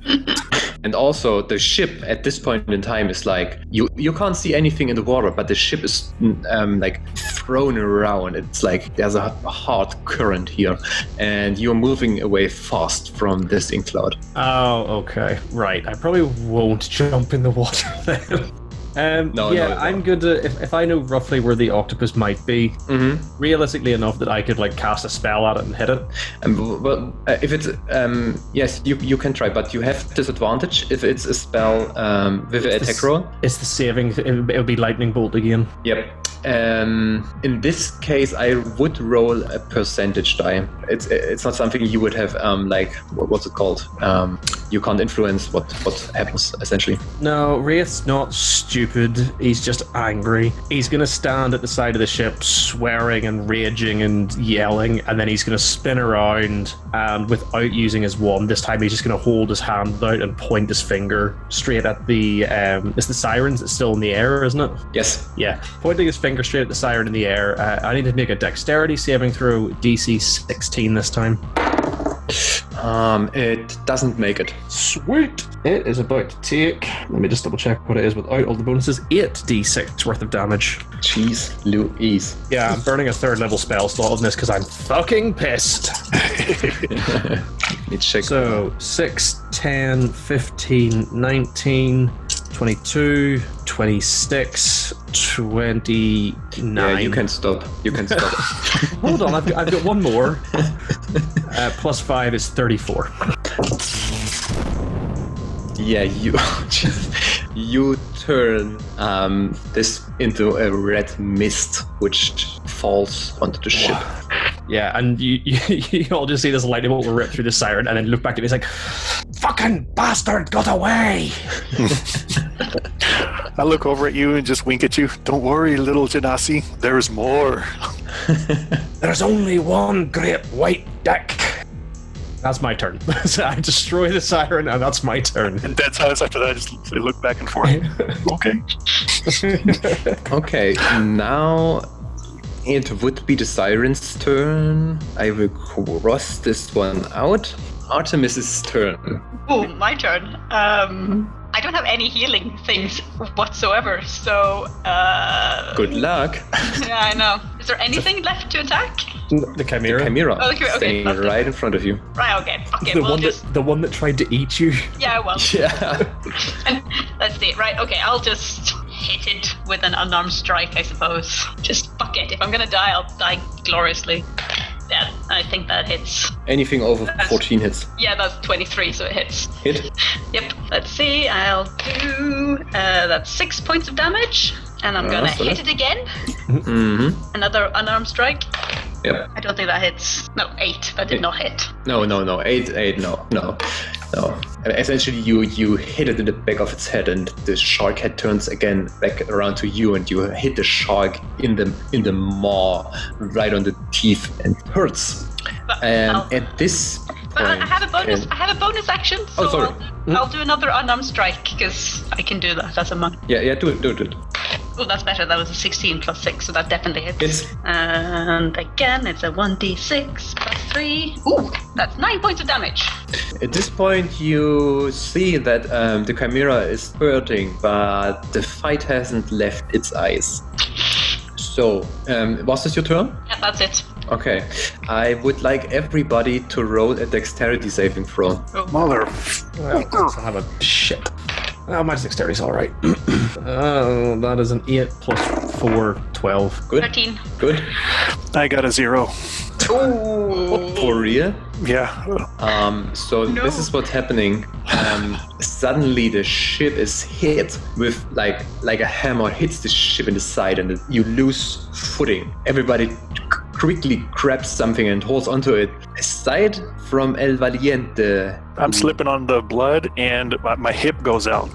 Speaker 1: And also, the ship at this point in time is like you you can't see anything in the water, but the ship is um, like thrown around. It's like there's a hard current here, and you're moving away fast from this ink cloud.
Speaker 5: Oh, okay. Right. I probably won't jump in the water then. Um,
Speaker 1: No,
Speaker 5: yeah,
Speaker 1: no, no.
Speaker 5: I'm good. To, if, if I know roughly where the octopus might be,
Speaker 1: Mm-hmm.
Speaker 5: realistically enough that I could like cast a spell at it and hit it.
Speaker 1: Um, well, uh, if it's um, yes, you you can try, but you have disadvantage if it's a spell um, with an
Speaker 5: It's
Speaker 1: attack
Speaker 5: this-
Speaker 1: roll.
Speaker 5: It's the saving. It would be lightning bolt again.
Speaker 1: Yep. Um, in this case, I would roll a percentage die. It's it's not something you would have um, like what, what's it called? Um, you can't influence what what happens essentially.
Speaker 5: No, Wraith's not stupid. He's just angry. He's going to stand at the side of the ship, swearing and raging and yelling, and then he's going to spin around and without using his wand, this time he's just going to hold his hand out and point his finger straight at the. Um, it's the sirens that's still in the air, isn't it?
Speaker 1: Yes.
Speaker 5: Yeah. Pointing his finger straight at the siren in the air. Uh, I need to make a dexterity saving throw, DC 16 this time.
Speaker 1: Um, it doesn't make it.
Speaker 5: Sweet. It is about to take. Let me just double check what it is without all the bonuses. Eight d6 worth of damage.
Speaker 1: Jeez, Louise.
Speaker 5: Yeah, I'm burning a third level spell slot on this because I'm fucking pissed.
Speaker 1: Let me check.
Speaker 5: So 6, 10, 15, 19, 22, 26, 29.
Speaker 1: yeah, you can stop. You can stop.
Speaker 5: Hold on, I've got, I've got one more. Uh, plus 5 is 34.
Speaker 1: yeah, you Jesus. you turn um, this into a red mist which falls onto the ship.
Speaker 5: Yeah, and you, you, you all just see this lightning bolt rip through the siren and then look back at me. He's like, fucking bastard got away.
Speaker 4: I look over at you and just wink at you. Don't worry, little Janasi. There's more.
Speaker 5: There's only one great white dick. That's my turn. so I destroy the siren, and that's my turn.
Speaker 4: And dead silence after that. I just I look back and forth. okay.
Speaker 1: Okay, now it would be the siren's turn. I will cross this one out. Artemis's turn.
Speaker 3: Oh, my turn. Um, I don't have any healing things whatsoever, so. Uh,
Speaker 1: Good luck.
Speaker 3: Yeah, I know. Is there anything left to attack?
Speaker 5: The chimera,
Speaker 1: Chimera
Speaker 3: Oh, okay, okay,
Speaker 1: standing
Speaker 3: okay.
Speaker 1: right in front of you.
Speaker 3: Right, okay. Fuck it.
Speaker 5: the
Speaker 3: we'll
Speaker 5: one
Speaker 3: just.
Speaker 5: that the one that tried to eat you.
Speaker 3: Yeah, well.
Speaker 1: Yeah.
Speaker 3: That's it. Right, okay. I'll just hit it with an unarmed strike, I suppose. Just fuck it. If I'm gonna die, I'll die gloriously. Yeah, I think that hits.
Speaker 1: Anything over 14 hits.
Speaker 3: Yeah, that's 23, so it hits.
Speaker 1: Hit.
Speaker 3: Yep. Let's see. I'll do. Uh, that's six points of damage, and I'm
Speaker 1: Yeah,
Speaker 3: gonna
Speaker 1: that's
Speaker 3: hit
Speaker 1: it.
Speaker 3: it again.
Speaker 1: hmm
Speaker 3: Another unarmed strike.
Speaker 1: Yep.
Speaker 3: I don't think that hits. No, eight. That did
Speaker 1: Eight.
Speaker 3: not hit.
Speaker 1: No, no, no. Eight, eight. No, no, no. And essentially, you you hit it in the back of its head, and the shark head turns again back around to you, and you hit the shark in the in the maw, right on the teeth, and it hurts.
Speaker 3: But,
Speaker 1: And
Speaker 3: I'll-
Speaker 1: at this
Speaker 3: Oh. but I-
Speaker 1: point,
Speaker 3: I have a bonus.
Speaker 1: can-
Speaker 3: I have a bonus action, so
Speaker 1: Oh, sorry.
Speaker 3: I'll, I'll do another unarmed strike because I can do that as a monk.
Speaker 1: yeah, yeah. Do it, do it, do it.
Speaker 3: Oh, that's better. That was a 16 plus 6, so that definitely hits.
Speaker 1: Hits.
Speaker 3: And again, it's a 1d6 plus 3. Ooh, that's 9 points of damage.
Speaker 1: At this point, you see that um, the chimera is hurting, but the fight hasn't left its eyes. So, um, was this your turn?
Speaker 3: Yeah, that's it.
Speaker 1: Okay, I would like everybody to roll a dexterity saving throw.
Speaker 4: Mother.
Speaker 5: I have a shit. Oh, my dexterity's all right. oh, that is an eight plus four, 12.
Speaker 1: Good,
Speaker 3: 13.
Speaker 1: good.
Speaker 4: I got a zero.
Speaker 1: For real?
Speaker 4: Yeah.
Speaker 1: Um, so this is what's happening. Um, suddenly the ship is hit with like like a hammer hits the ship in the side, and you lose footing. Everybody quickly grabs something and holds onto it. Aside from El Valiente,
Speaker 4: I'm slipping on the blood and my- my hip goes out.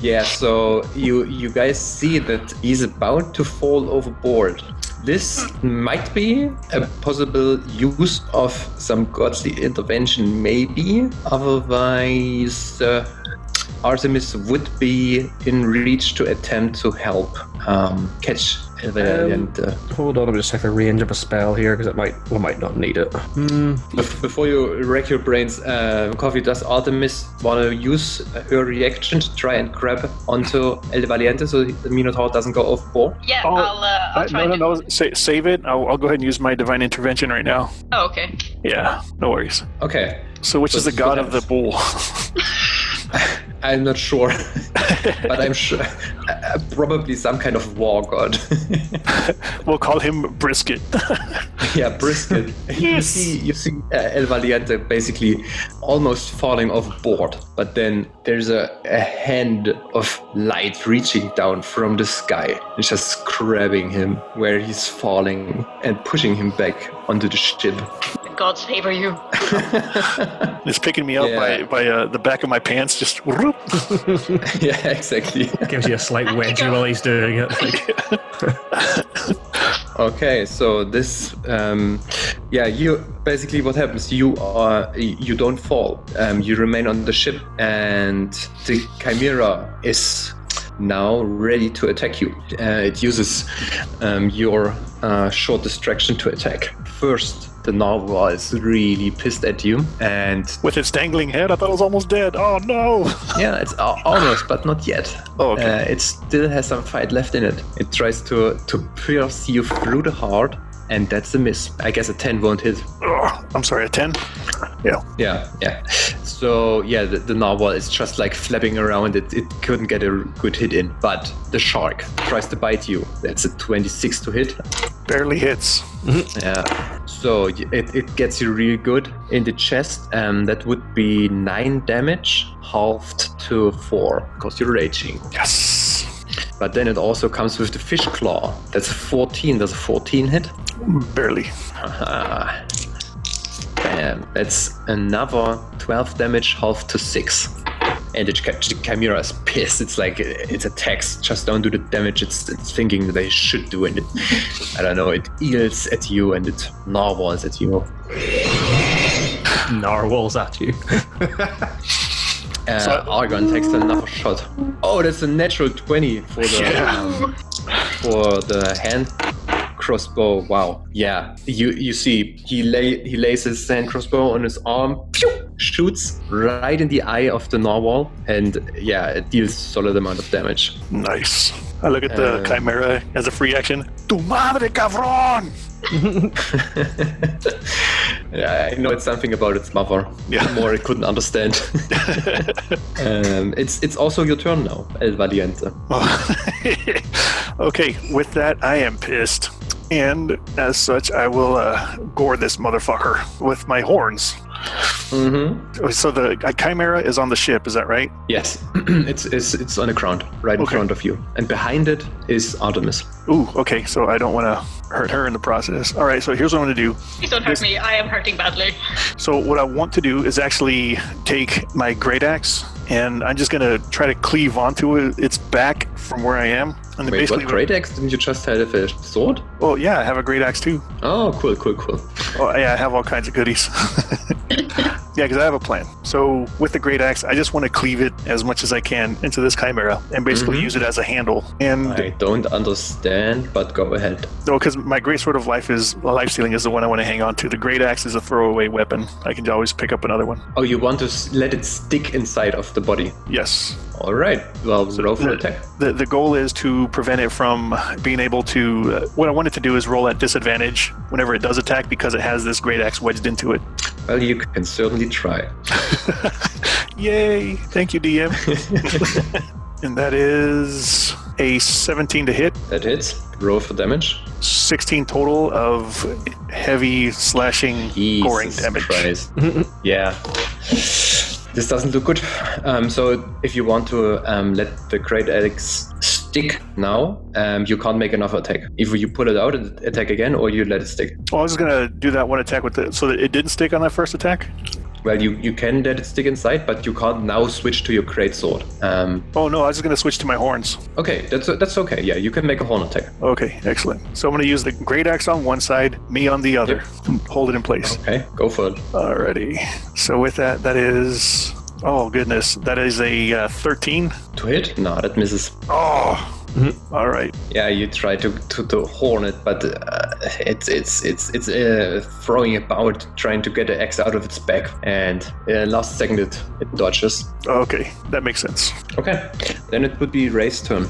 Speaker 1: Yeah, so you you guys see that he's about to fall overboard. This might be a possible use of some godly intervention, maybe. Otherwise, uh, Artemis would be in reach to attempt to help um, catch Elvira
Speaker 5: Um,
Speaker 1: and, uh,
Speaker 5: Hold on, I'm just check the range of a spell here because it might we might not need it. Hmm.
Speaker 1: bef- Before you wreck your brains, uh, Coffee, does Artemis want to use uh, her reaction to try and grab onto El Valiente so the Minotaur doesn't go overboard?
Speaker 3: Yeah,
Speaker 4: Oh,
Speaker 3: I'll, uh, I'll
Speaker 4: Uh,
Speaker 3: try
Speaker 4: no, no,
Speaker 3: to-
Speaker 4: no. Sa- save it. I'll, I'll go ahead and use my divine intervention right now.
Speaker 3: Oh, okay.
Speaker 4: Yeah. No worries.
Speaker 1: Okay,
Speaker 4: So, which
Speaker 1: So
Speaker 4: is the
Speaker 1: it's
Speaker 4: god
Speaker 1: good
Speaker 4: of the bull?
Speaker 1: I'm not sure, but I'm sure uh, probably some kind of war god.
Speaker 4: we'll call him Brisket.
Speaker 1: yeah, brisket. You see, you see uh, El Valiente basically almost falling off board, but then there's a, a hand of light reaching down from the sky and just grabbing him where he's falling and pushing him back onto the ship.
Speaker 3: The gods favor you.
Speaker 4: It's picking me up
Speaker 1: Yeah.
Speaker 4: by, by uh, the back of my pants. Just whoop.
Speaker 1: yeah, exactly.
Speaker 5: Gives you a slight wedgie while he's doing it. Like,
Speaker 1: Okay, so this, um, yeah, you basically what happens? You are you don't fall. Um, you remain on the ship, and the chimera is now ready to attack you. Uh, it uses um, your uh, short distraction to attack. First, the narwhal is really pissed at you, and
Speaker 4: With its dangling head, I thought it was almost dead. Oh no!
Speaker 1: yeah, it's al- almost, but not yet.
Speaker 4: Oh, okay.
Speaker 1: Uh, it still has some fight left in it. It tries to to pierce you through the heart, and that's a miss. I guess a ten won't hit.
Speaker 4: Ugh, I'm sorry, a 10? Yeah.
Speaker 1: Yeah, yeah. So yeah, the, the narwhal is just like flapping around. It it couldn't get a good hit in, but the shark tries to bite you. That's a twenty-six to hit.
Speaker 4: Barely hits.
Speaker 1: Yeah. So y- it, it gets you really good in the chest. Um, that would be nine damage, halved to four, because you're raging.
Speaker 4: Yes.
Speaker 1: But then it also comes with the fish claw. That's a 14. That's a 14 hit.
Speaker 4: Barely.
Speaker 1: Haha. Bam. That's another 12 damage, half to 6. And the, chi- the chimera is pissed. It's like uh, its attacks just don't do the damage it's, it's thinking that they should do. And it, I don't know, it eels at you and it narwhals at you.
Speaker 5: narwhals at you.
Speaker 1: Uh, Argon takes another shot. Oh, that's a natural 20 for the um, for the hand crossbow. Wow. Yeah. You you see he lay he lays his hand crossbow on his arm, pew, shoots right in the eye of the narwhal and yeah, it deals solid amount of damage.
Speaker 4: Nice. I look at the
Speaker 1: Uh,
Speaker 4: chimera as a free action. Tu madre cabrón!
Speaker 1: yeah, I know it's something about its mother.
Speaker 4: Yeah.
Speaker 1: More I couldn't understand. um, it's it's also your turn now, El Valiente.
Speaker 4: Oh. okay, with that, I am pissed. And as such, I will uh, gore this motherfucker with my horns.
Speaker 1: Mm-hmm.
Speaker 4: So the chimera is on the ship, is that right?
Speaker 1: Yes, it's, it's it's on the ground, right in
Speaker 4: Okay.
Speaker 1: front of you, and behind it is Artemis.
Speaker 4: Ooh, okay, so I don't want to hurt her in the process. All right, so here's what I'm going to do.
Speaker 3: Please don't hurt me. I am hurting badly.
Speaker 4: So what I want to do is actually take my great axe and I'm just gonna try to cleave onto it. Its back from where I am. And then
Speaker 1: Wait,
Speaker 4: basically,
Speaker 1: what great axe? Didn't you just have a sword?
Speaker 4: oh yeah, I have a great axe too.
Speaker 1: Oh, cool, cool, cool.
Speaker 4: Oh yeah, I have all kinds of goodies. yeah, because I have a plan. So with the great axe, I just want to cleave it as much as I can into this chimera and basically use it as a handle. And
Speaker 1: I don't understand, but go ahead.
Speaker 4: No, because my great sword of life is well, life stealing is the one I want to hang on to. The great axe is a throwaway weapon. I can always pick up another one.
Speaker 1: Oh, you want to s- let it stick inside of the body?
Speaker 4: Yes.
Speaker 1: All right. Well, roll for
Speaker 4: the-
Speaker 1: attack.
Speaker 4: The, the goal is to prevent it from being able to. Uh, what I want it to do is roll at disadvantage whenever it does attack because it has this great axe wedged into it.
Speaker 1: Well, you can certainly try.
Speaker 4: Yay! Thank you, DM. and that is a 17 to hit,
Speaker 1: That hits. Roll for damage.
Speaker 4: 16 total of heavy slashing,
Speaker 1: Jesus
Speaker 4: goring damage.
Speaker 1: Christ. yeah. This doesn't look good. Um, so if you want to um, let the great axe stick now, um, you can't make another attack. Either you pull it out and attack again, or you let it stick.
Speaker 4: Oh, I was just gonna do that one attack with it so that it didn't stick on that first attack.
Speaker 1: Well, you, you can let it stick inside, but you can't now switch to your great sword. Um,
Speaker 4: Oh no, I was just gonna switch to my horns.
Speaker 1: okay, that's that's okay. Yeah, you can make a horn attack.
Speaker 4: Okay, excellent. So I'm gonna use the great axe on one side, me on the other, hold it in place.
Speaker 1: Okay, go for it.
Speaker 4: Alrighty. So with that, that is. Oh goodness, that is a uh, thirteen.
Speaker 1: To hit? No, that misses.
Speaker 4: Oh. All right.
Speaker 1: Yeah, you try to, to, to horn it, but uh, it's it's it's it's uh, throwing about, trying to get the axe out of its back, and uh, last second it, it dodges.
Speaker 4: Okay, that makes sense.
Speaker 1: Okay, then it would be Ray's turn.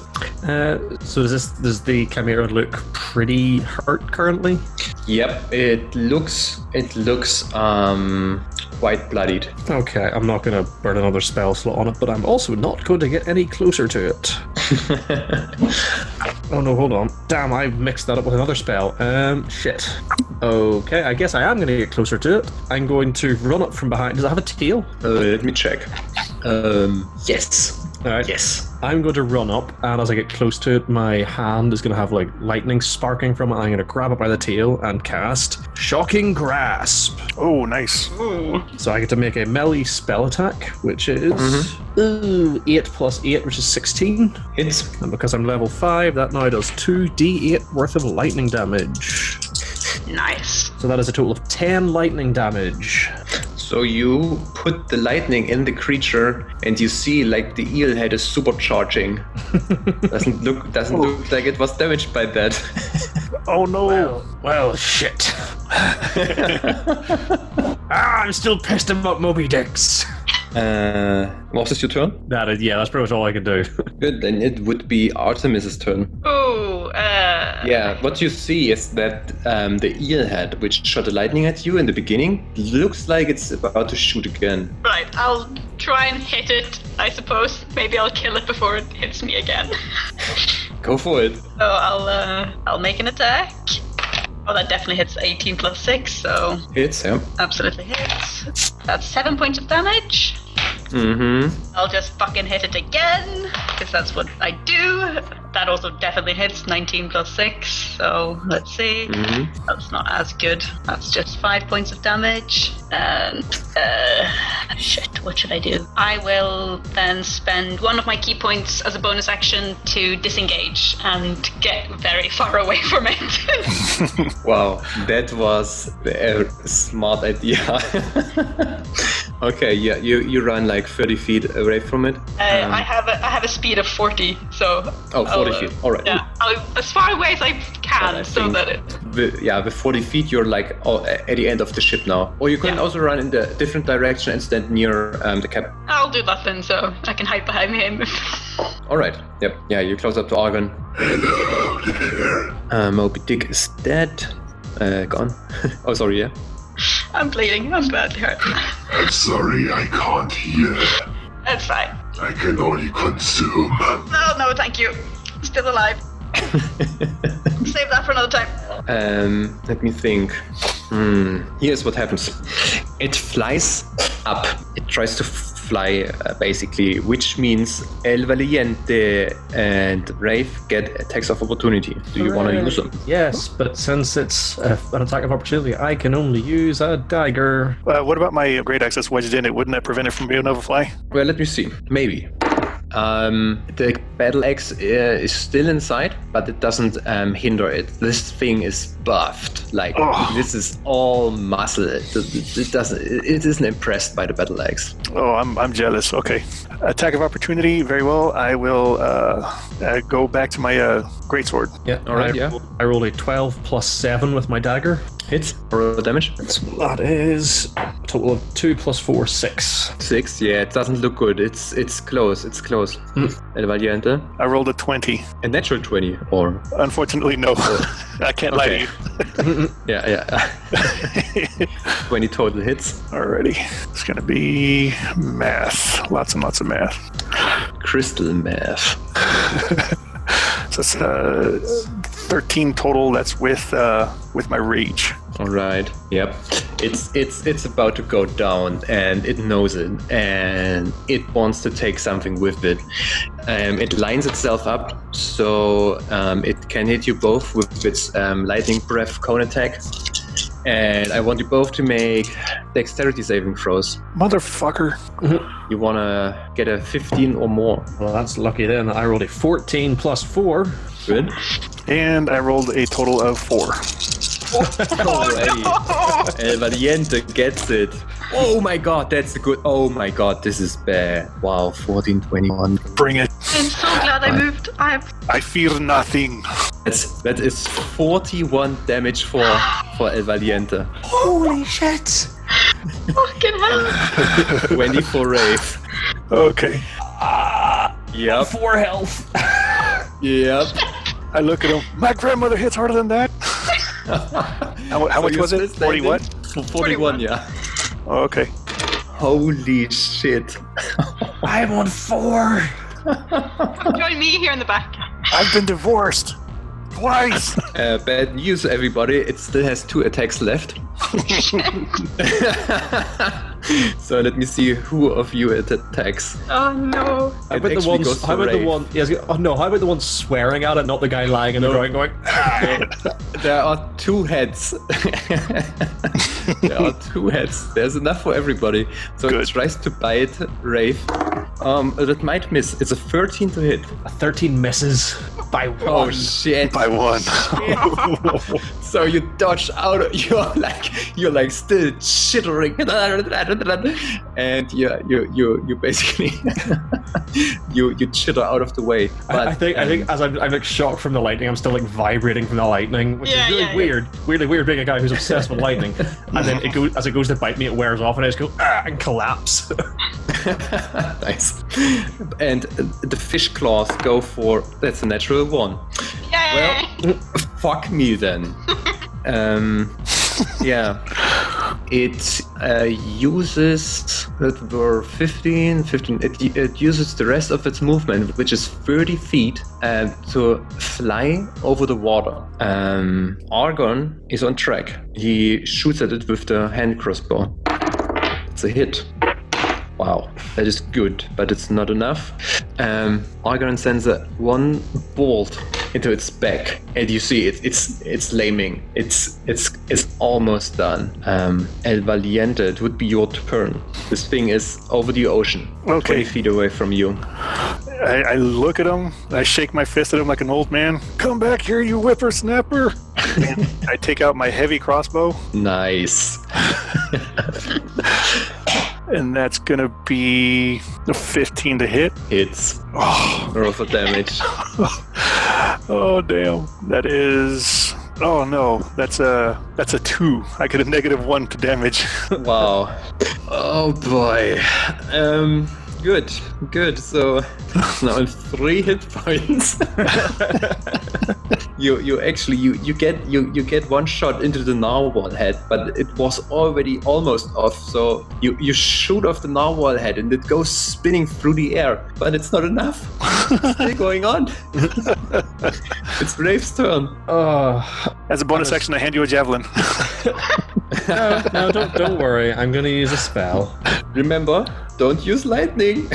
Speaker 5: Uh, so does this does the chimera look pretty hurt currently?
Speaker 1: Yep, it looks it looks um quite bloodied.
Speaker 5: Okay, I'm not going to burn another spell slot on it, but I'm also not going to get any closer to it. Oh no, hold on. Damn, I mixed that up with another spell. Um, shit. Okay, I guess I am going to get closer to it. I'm going to run up from behind. Does it have a tail?
Speaker 1: Uh, let me check. Um, yes.
Speaker 5: All right.
Speaker 1: Yes.
Speaker 5: I'm going to run up, and as I get close to it, my hand is going to have like lightning sparking from it. I'm going to grab it by the tail and cast Shocking Grasp.
Speaker 4: Oh, nice.
Speaker 5: So I get to make a melee spell attack, which is ooh, 8 plus 8, which is 16.
Speaker 1: Mm-hmm. Hits.
Speaker 5: And because I'm level 5, that now does 2d8 worth of lightning damage.
Speaker 3: Nice.
Speaker 5: So that is a total of 10 lightning damage.
Speaker 1: So you put the lightning in the creature, and you see like the eel head is supercharging. doesn't look doesn't look like it was damaged by that.
Speaker 4: Oh no.
Speaker 2: Well, shit. ah, I'm still pissed about Moby Dicks.
Speaker 1: Uh, was this your turn?
Speaker 5: That is, yeah, that's pretty much all I can do.
Speaker 1: Good. Then it would be Artemis's turn.
Speaker 3: Ooh, uh,
Speaker 1: Yeah. What you see is that um, the eel head, which shot the lightning at you in the beginning, looks like it's about to shoot again.
Speaker 3: right. I'll try and hit it, I suppose. Maybe I'll kill it before it hits me again.
Speaker 1: Go for it.
Speaker 3: so I'll, uh, I'll make an attack. Oh, that definitely hits 18 plus 6, so
Speaker 1: Hits, yeah.
Speaker 3: absolutely hits. That's 7 points of damage.
Speaker 1: Mm-hmm.
Speaker 3: I'll just fucking hit it again, because that's what I do. That also definitely hits 19 plus 6, so let's see.
Speaker 1: Mm-hmm.
Speaker 3: That's not as good. That's just 5 points of damage. And, uh, shit, what should I do? I will then spend one of my key points as a bonus action to disengage and get very far away from it.
Speaker 1: Wow, that was a smart idea. okay, yeah, you, you run like 30 feet away from it.
Speaker 3: Uh,
Speaker 1: Um,
Speaker 3: I have a, I have a speed of 40, so.
Speaker 1: Oh, 40
Speaker 3: I'll, uh,
Speaker 1: feet. All right.
Speaker 3: Yeah, I'll, as far away as I can,
Speaker 1: But I
Speaker 3: so
Speaker 1: think-
Speaker 3: that it.
Speaker 1: With, yeah, with 40 feet, you're like oh, a- at the end of the ship now. Or you can
Speaker 3: Yeah.
Speaker 1: also run in the different direction and stand near um, the cap.
Speaker 3: I'll do that then, so I can hide behind him.
Speaker 1: All right. Yep. Yeah, you close up to Argon.
Speaker 6: Hello there.
Speaker 1: Uh, Moby Dick is dead. Uh, gone. oh, sorry. Yeah.
Speaker 3: I'm bleeding. I'm badly hurt.
Speaker 6: I'm sorry I can't hear.
Speaker 3: That's fine.
Speaker 6: I can only consume.
Speaker 3: No, no, thank you. Still alive. Save that for another time.
Speaker 1: Um, let me think. Hmm. Here's what happens. It flies up. It tries to fly, uh, basically, which means El Valiente and Rafe get attacks of opportunity. Do you want to use them?
Speaker 5: yes, but since it's uh, an attack of opportunity, I can only use a dagger.
Speaker 4: Uh, what about my great access wedged in it? Wouldn't that prevent it from being able to fly?
Speaker 1: Well, let me see. Maybe. Um, the battle axe uh, is still inside, but it doesn't um, hinder it. This thing is buffed. Like
Speaker 4: Oh.
Speaker 1: this is all muscle. It, it, it doesn't. It, it isn't impressed by the battle axe.
Speaker 4: Oh, I'm, I'm jealous. Okay. Attack of opportunity. Very well. I will uh, uh, go back to my uh, greatsword.
Speaker 5: Yeah,
Speaker 1: All right,
Speaker 5: I,
Speaker 1: yeah.
Speaker 5: roll- I roll a 12 plus 7 with my dagger.
Speaker 1: Hits or damage.
Speaker 5: That is a total of 2 plus 4, 6.
Speaker 1: Six, yeah, it doesn't look good. It's it's close. It's close. El Valiente,
Speaker 4: I rolled a 20.
Speaker 1: a natural twenty, or
Speaker 4: Unfortunately, no. I can't lie to
Speaker 1: Okay.
Speaker 4: you.
Speaker 1: yeah, yeah, twenty total hits.
Speaker 4: Alrighty. It's going to be math. Lots and lots of math.
Speaker 1: Crystal math.
Speaker 4: So it's uh, 13 total. That's with uh, with my rage.
Speaker 1: All right. Yep. It's it's it's about to go down, and it knows it, and it wants to take something with it. Um, it lines itself up, so um, it can hit you both with its um, lightning breath cone attack. And I want you both to make dexterity saving throws.
Speaker 4: Motherfucker.
Speaker 1: You wanna get a 15 or more.
Speaker 5: Well, that's lucky then. I rolled a 14 plus 4.
Speaker 1: Good.
Speaker 4: And I rolled a total of four. Oh,
Speaker 1: Already. Oh, El Valiente gets it. Oh my god, that's a good. Oh my god, this is bad. Wow, 14, 21.
Speaker 4: Bring it.
Speaker 3: I'm so glad I moved. I'm
Speaker 4: I fear nothing.
Speaker 1: That's, that is 41 damage for, for El Valiente.
Speaker 5: Holy shit!
Speaker 3: fucking hell.
Speaker 1: 20 for Rafe.
Speaker 4: Okay.
Speaker 1: Yep.
Speaker 5: 4 health.
Speaker 1: Yep.
Speaker 4: I look at him. My grandmother hits harder than that. how how
Speaker 1: So
Speaker 4: much
Speaker 1: you're
Speaker 4: was it?
Speaker 1: still
Speaker 4: 40 what?
Speaker 1: standing? For 41, yeah.
Speaker 4: Oh, okay.
Speaker 1: Holy shit.
Speaker 5: I'm on 4.
Speaker 3: Join me here in the back.
Speaker 4: I've been divorced. twice.
Speaker 1: Uh, bad news, everybody. It still has two attacks left. so let me see who of you it attacks.
Speaker 3: Oh no.
Speaker 5: How
Speaker 1: It
Speaker 5: about the
Speaker 1: actually
Speaker 5: one?
Speaker 1: goes
Speaker 5: How
Speaker 1: to
Speaker 5: about the
Speaker 1: Rafe.
Speaker 5: one? Yes. Oh no! How about the one swearing at it, not the guy lying in the ground going? "Ah."
Speaker 1: There are two heads. there are two heads. There's enough for everybody. So it
Speaker 4: Good.
Speaker 1: tries to bite Rafe. Um, that might miss. It's a 13 to hit.
Speaker 5: Thirteen misses by
Speaker 1: Oh
Speaker 5: one.
Speaker 1: shit!
Speaker 4: By one.
Speaker 1: So you dodge out. You're like you're like still chittering, and yeah, you you you basically you you chitter out of the way. But
Speaker 5: I, I think I think
Speaker 1: um,
Speaker 5: as I'm, I'm like shocked from the lightning, I'm still like vibrating from the lightning, which
Speaker 3: Yeah,
Speaker 5: is really
Speaker 3: yeah, yeah.
Speaker 5: weird. Weirdly weird being a guy who's obsessed with lightning. And then it goes as it goes to bite me, it wears off, and I just go ah, and collapse.
Speaker 1: nice. And the fish claws go for that's a natural one.
Speaker 3: Yay!
Speaker 1: Well- Fuck me then. um, yeah. It uh, uses that were 15, 15. It, it uses the rest of its movement, which is 30 feet, uh, to fly over the water. Um, Argon is on track. He shoots at it with the hand crossbow. It's a hit. Wow, that is good, but it's not enough. Um, Argon sends a one bolt into its back, and you see it, it's it's laming. It's it's it's almost done. Um, El Valiente, it would be your turn. This thing is over the ocean,
Speaker 4: Okay.
Speaker 1: 20 feet away from you.
Speaker 4: I, I look at him. I shake my fist at him like an old man. Come back here, you whippersnapper! and I take out my heavy crossbow,
Speaker 1: Nice.
Speaker 4: and that's gonna be a 15 to hit.
Speaker 1: It's
Speaker 4: Oh,
Speaker 1: roll for damage.
Speaker 4: oh damn! That is. Oh no, that's a that's a two. I get a negative one to damage.
Speaker 1: Wow. Oh boy. Um. Good. Good. So now it's three hit points. you you actually you you get you you get one shot into the narwhal head, but it was already almost off. So you you shoot off the narwhal head and it goes spinning through the air, but it's not enough. It's still going on. it's Rafe's turn.
Speaker 5: oh
Speaker 4: As a bonus action, I hand you a javelin.
Speaker 5: no, no, don't don't worry. I'm gonna use a spell.
Speaker 1: Remember, don't use lightning.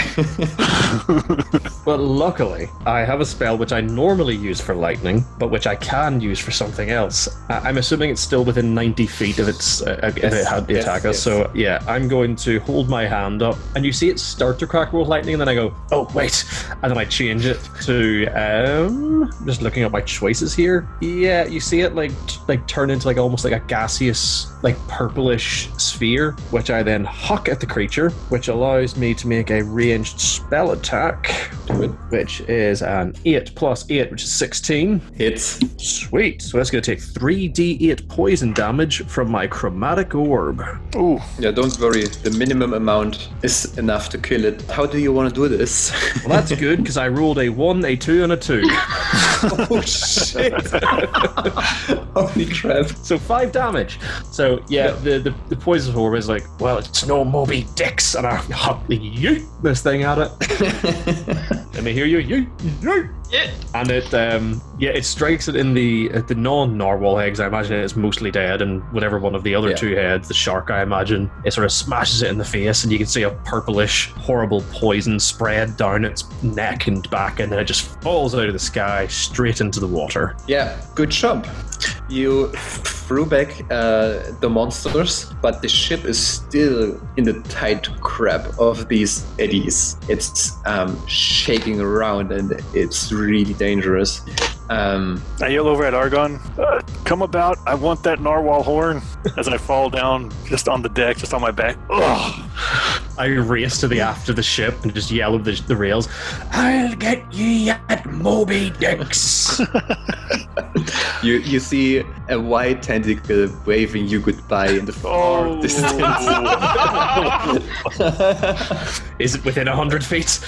Speaker 5: But luckily, I have a spell which I normally use for lightning, but which I can use for something else. I- I'm assuming it's still within 90 feet if it's uh, if it
Speaker 1: Yes,
Speaker 5: had the
Speaker 1: yes,
Speaker 5: attack
Speaker 1: yes.
Speaker 5: us. So yeah, I'm going to hold my hand up, and you see it start to crack with lightning, and then I go, oh wait, and then I change it to um. Just looking at my choices here. Yeah, you see it like t- like turn into like almost like a gaseous like purplish sphere, which I then huck at the creature, which allows me to make a ranged spell attack which is an 8 plus 8, which is 16.
Speaker 1: Hits.
Speaker 5: Sweet. So that's going to take 3d8 poison damage from my chromatic orb.
Speaker 4: Ooh,
Speaker 1: Yeah, don't worry. The minimum amount is enough to kill it. How do you want to do this?
Speaker 5: Well, that's good because I rolled a 1, a 2, and a 2.
Speaker 1: oh shit! Holy crap!
Speaker 5: So 5 damage. So yeah, the, the, the poison orb is like, well, it's no Moby Dicks. And I huck the yeet this thing at it. Let me hear you. Yeet, yeet.
Speaker 3: Yeah.
Speaker 5: and it um yeah it strikes it in the at the non narwhal heads i imagine it's mostly dead and whatever one of the other
Speaker 1: Yeah.
Speaker 5: two heads the shark i imagine it sort of smashes it in the face and you can see a purplish horrible poison spread down its neck and back and then it just falls out of the sky straight into the water
Speaker 1: Yeah, good job. You threw back uh, the monsters, but the ship is still in the tight crap of these eddies. It's um, shaking around and it's really dangerous. Um,
Speaker 4: I yell over at Argon, uh, "Come about! I want that narwhal horn!" As I fall down, just on the deck, just on my back. Ugh.
Speaker 5: i race to the aft of the ship and just yell over the, the rails i'll get ye at moby dicks
Speaker 1: You you see a white tentacle waving you goodbye in the far
Speaker 4: Oh.
Speaker 1: distance.
Speaker 5: is it within 100 feet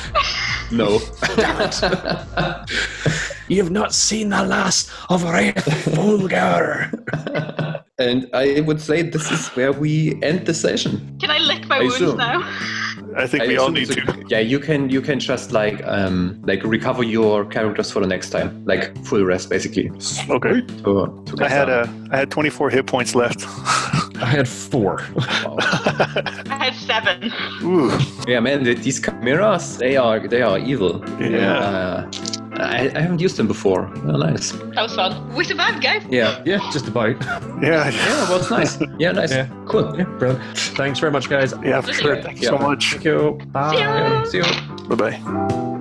Speaker 1: no.
Speaker 5: You've not seen the last of Wraith Vulgar.
Speaker 1: and I would say this is where we end the session.
Speaker 3: Can I lick my
Speaker 1: I
Speaker 3: wounds
Speaker 1: assume.
Speaker 3: now?
Speaker 4: I think
Speaker 1: I
Speaker 4: we all
Speaker 1: assume
Speaker 4: need
Speaker 1: it's a-
Speaker 4: to.
Speaker 1: Yeah, you can you can just like um like recover your characters for the next time, like full rest basically.
Speaker 4: Okay.
Speaker 1: To, to
Speaker 4: I
Speaker 1: get
Speaker 4: had
Speaker 1: down.
Speaker 4: uh, I had 24 hit points left.
Speaker 5: I had four.
Speaker 3: I have seven.
Speaker 4: Ooh.
Speaker 1: Yeah, man, th- these chimeras they are they are evil.
Speaker 4: Yeah.
Speaker 1: Uh, I, I haven't used them before. Oh, nice.
Speaker 3: That was fun. We survived, guys.
Speaker 1: Yeah.
Speaker 5: Yeah, just about.
Speaker 4: Yeah.
Speaker 1: Yeah, well, it's nice. Yeah, nice.
Speaker 5: Yeah.
Speaker 1: Cool.
Speaker 5: Yeah, brilliant. Thanks very much, guys.
Speaker 4: Yeah. For sure.
Speaker 3: Yeah.
Speaker 4: Thank you so much.
Speaker 5: Thank you. Bye.
Speaker 3: See ya.
Speaker 1: See you.
Speaker 4: Bye bye.
Speaker 5: Bye.